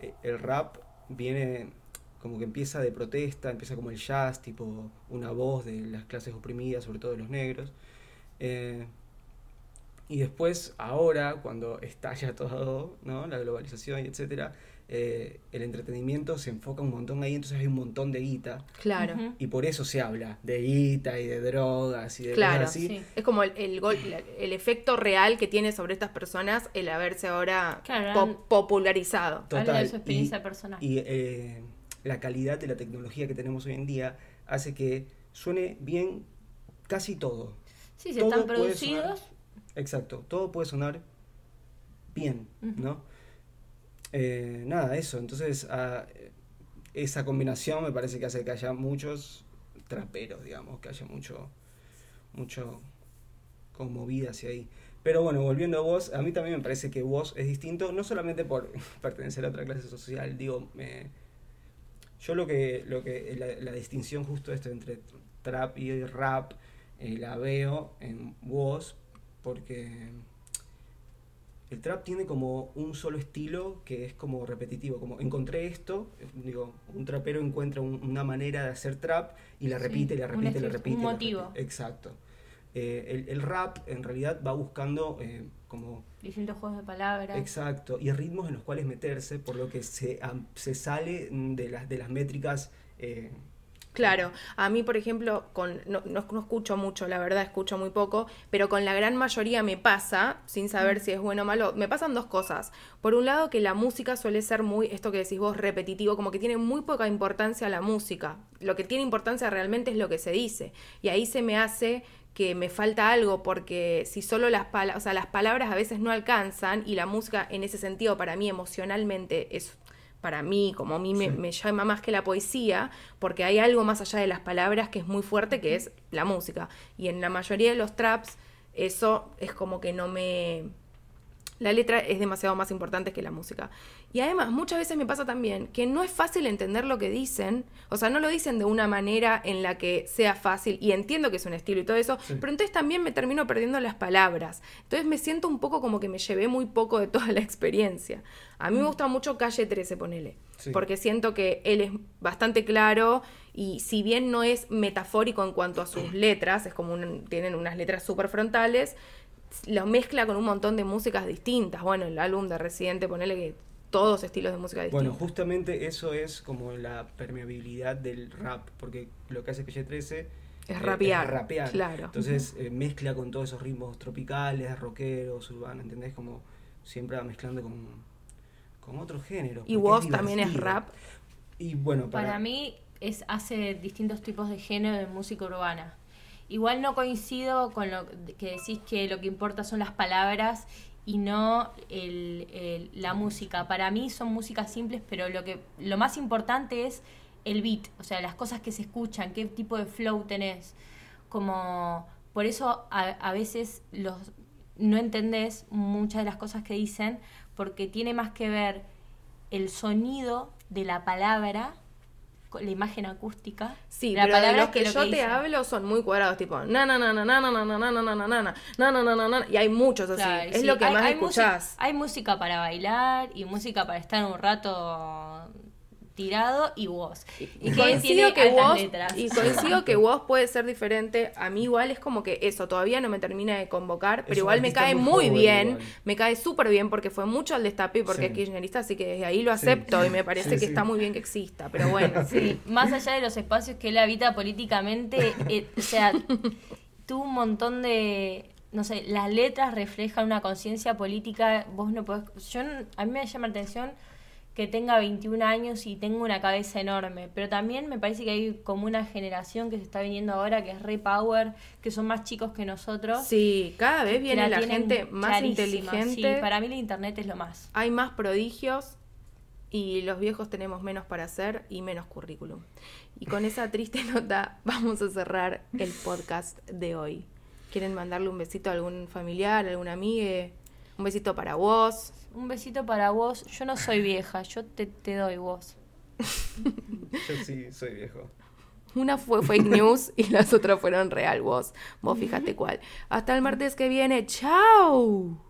S3: eh, el rap viene como que empieza de protesta, empieza como el jazz, tipo una voz de las clases oprimidas, sobre todo de los negros. Eh, y después, ahora, cuando estalla todo, ¿no? La globalización y etcétera, eh, el entretenimiento se enfoca un montón ahí, entonces hay un montón de guita.
S1: Claro.
S2: Ujú.
S3: Y por eso se habla de guita y de drogas y de
S1: Claro,
S3: cosas así.
S2: sí.
S1: Es como el, el, gol- la- el efecto real que tiene sobre estas personas el haberse ahora
S2: Claro,
S1: po-
S2: eran-
S1: popularizado.
S3: Total,
S2: Habla de su experiencia
S3: y-
S2: personal.
S3: Y eh, la calidad de la tecnología que tenemos hoy en día hace que suene bien casi todo.
S2: sí, si
S3: todo
S2: están
S3: puede sonar-
S2: producidos,
S3: Exacto, todo puede sonar bien, ¿no? Eh, nada, eso. Entonces, ah, eh, esa combinación me parece que hace que haya muchos traperos, digamos, que haya mucho, mucho como vida hacia ahí. Pero bueno, volviendo a vos, a mí también me parece que vos es distinto, no solamente por pertenecer a otra clase social, digo, me- yo lo que, lo que la, la distinción justo esto entre trap y rap eh, la veo en vos porque el trap tiene como un solo estilo que es como repetitivo, como encontré esto, eh, digo, un trapero encuentra un- una manera de hacer trap y la
S2: Sí,
S3: repite, y la
S2: un
S3: repite, y
S2: estilo,
S3: la
S2: un
S3: repite. y la
S2: motivo.
S3: repite. Exacto. Eh, el, el rap en realidad va buscando eh, como
S2: distintos juegos de palabras.
S3: exacto y ritmos en los cuales meterse, por lo que se, am- se sale mm, de las, de las métricas. eh,
S1: Claro, a mí, por ejemplo, con, no, no- no escucho mucho, la verdad, escucho muy poco, pero con la gran mayoría me pasa, sin saber si es bueno o malo, me pasan dos cosas. Por un lado, que la música suele ser muy, esto que decís vos, repetitivo, como que tiene muy poca importancia la música. Lo que tiene importancia realmente es lo que se dice. Y ahí se me hace que me falta algo porque si solo las palabras, o sea, las palabras a veces no alcanzan y la música en ese sentido para mí emocionalmente es para mí, como a mí me,
S3: Sí.
S1: me llama más que la poesía, porque hay algo más allá de las palabras que es muy fuerte, que es la música. Y en la mayoría de los traps, eso es como que no me... La letra es demasiado más importante que la música. Y además, muchas veces me pasa también que no es fácil entender lo que dicen. O sea, no lo dicen de una manera en la que sea fácil. Y entiendo que es un estilo y todo eso.
S3: Sí.
S1: Pero entonces también me termino perdiendo las palabras. Entonces me siento un poco como que me llevé muy poco de toda la experiencia. A mí me gusta mucho Calle 13, ponele.
S3: Sí.
S1: Porque siento que él es bastante claro y si bien no es metafórico en cuanto a sus letras, es como un- tienen unas letras súper frontales, lo mezcla con un montón de músicas distintas. Bueno, el álbum de Residente, ponele que todos estilos de música distintos.
S3: Bueno, justamente eso es como la permeabilidad del rap, porque lo que hace Calle 13 eh,
S1: es rapear.
S3: es rapear.
S1: Claro.
S3: Entonces eh, mezcla con todos esos ritmos tropicales, rockeros, urbanos, ¿entendés? Como siempre va mezclando con, con otros géneros.
S1: y
S3: porque
S1: vos también es
S3: divertido.
S1: rap.
S3: Y bueno, para,
S2: Para, mí es, hace distintos tipos de género de música urbana. Igual no coincido con lo que decís que lo que importa son las palabras y no el- el- la música. Para mí son músicas simples, pero lo que lo más importante es el beat, o sea, las cosas que se escuchan, qué tipo de flow tenés. Como por eso a, a veces los no entendés muchas de las cosas que dicen porque tiene más que ver el sonido de la palabra, con la imagen acústica.
S1: Sí,
S2: la
S1: pero de los
S2: es
S1: que,
S2: lo
S1: yo te
S2: dicen.
S1: hablo son muy cuadrados, tipo, na na na na na na na na na na na na na na na na na na y hay muchos así.
S2: Claro,
S1: es
S2: sí,
S1: lo que
S2: hay-
S1: más
S2: hay
S1: escuchás.
S2: música- hay música para bailar y música para estar un rato tirado y voz.
S1: Y
S2: que
S1: coincido
S2: tiene
S1: que
S2: altas
S1: vos
S2: letras.
S1: y coincido que vos puede ser diferente. A mí igual es como que eso todavía no me termina de convocar, pero
S3: un
S1: igual me
S3: artista
S1: cae
S3: muy
S1: muy
S3: joven
S1: bien,
S3: igual.
S1: me cae súper bien porque fue mucho al destape y porque
S3: Sí.
S1: es kirchnerista, así que desde ahí lo
S3: Sí.
S1: acepto y me parece
S3: Sí,
S1: que
S3: sí.
S1: está muy bien que exista, pero bueno, sí.
S2: Más allá de los espacios que él habita políticamente, eh, o sea, tuvo un montón de no sé, las letras reflejan una conciencia política, vos no podés... Yo, no- a mí me llama la atención que tenga 21 años y tenga una cabeza enorme, pero también me parece que hay como una generación que se está viniendo ahora, que es re power, que son más chicos que nosotros.
S1: Sí, cada vez
S2: que
S1: viene la,
S2: tienen
S1: gente más
S2: clarísima.
S1: inteligente.
S2: Sí, para mí el internet es lo más.
S1: Hay más prodigios y los viejos tenemos menos para hacer y menos currículum. Y con esa triste nota vamos a cerrar el podcast de hoy. ¿Quieren mandarle un besito a algún familiar, a algún amigo? Un besito para vos.
S2: Un besito para vos. Yo no soy vieja, yo te, te doy vos.
S3: Yo sí, soy viejo.
S1: Una fue fake news y las otras fueron real vos. Vos fíjate cuál. Hasta el martes que viene. ¡Chao!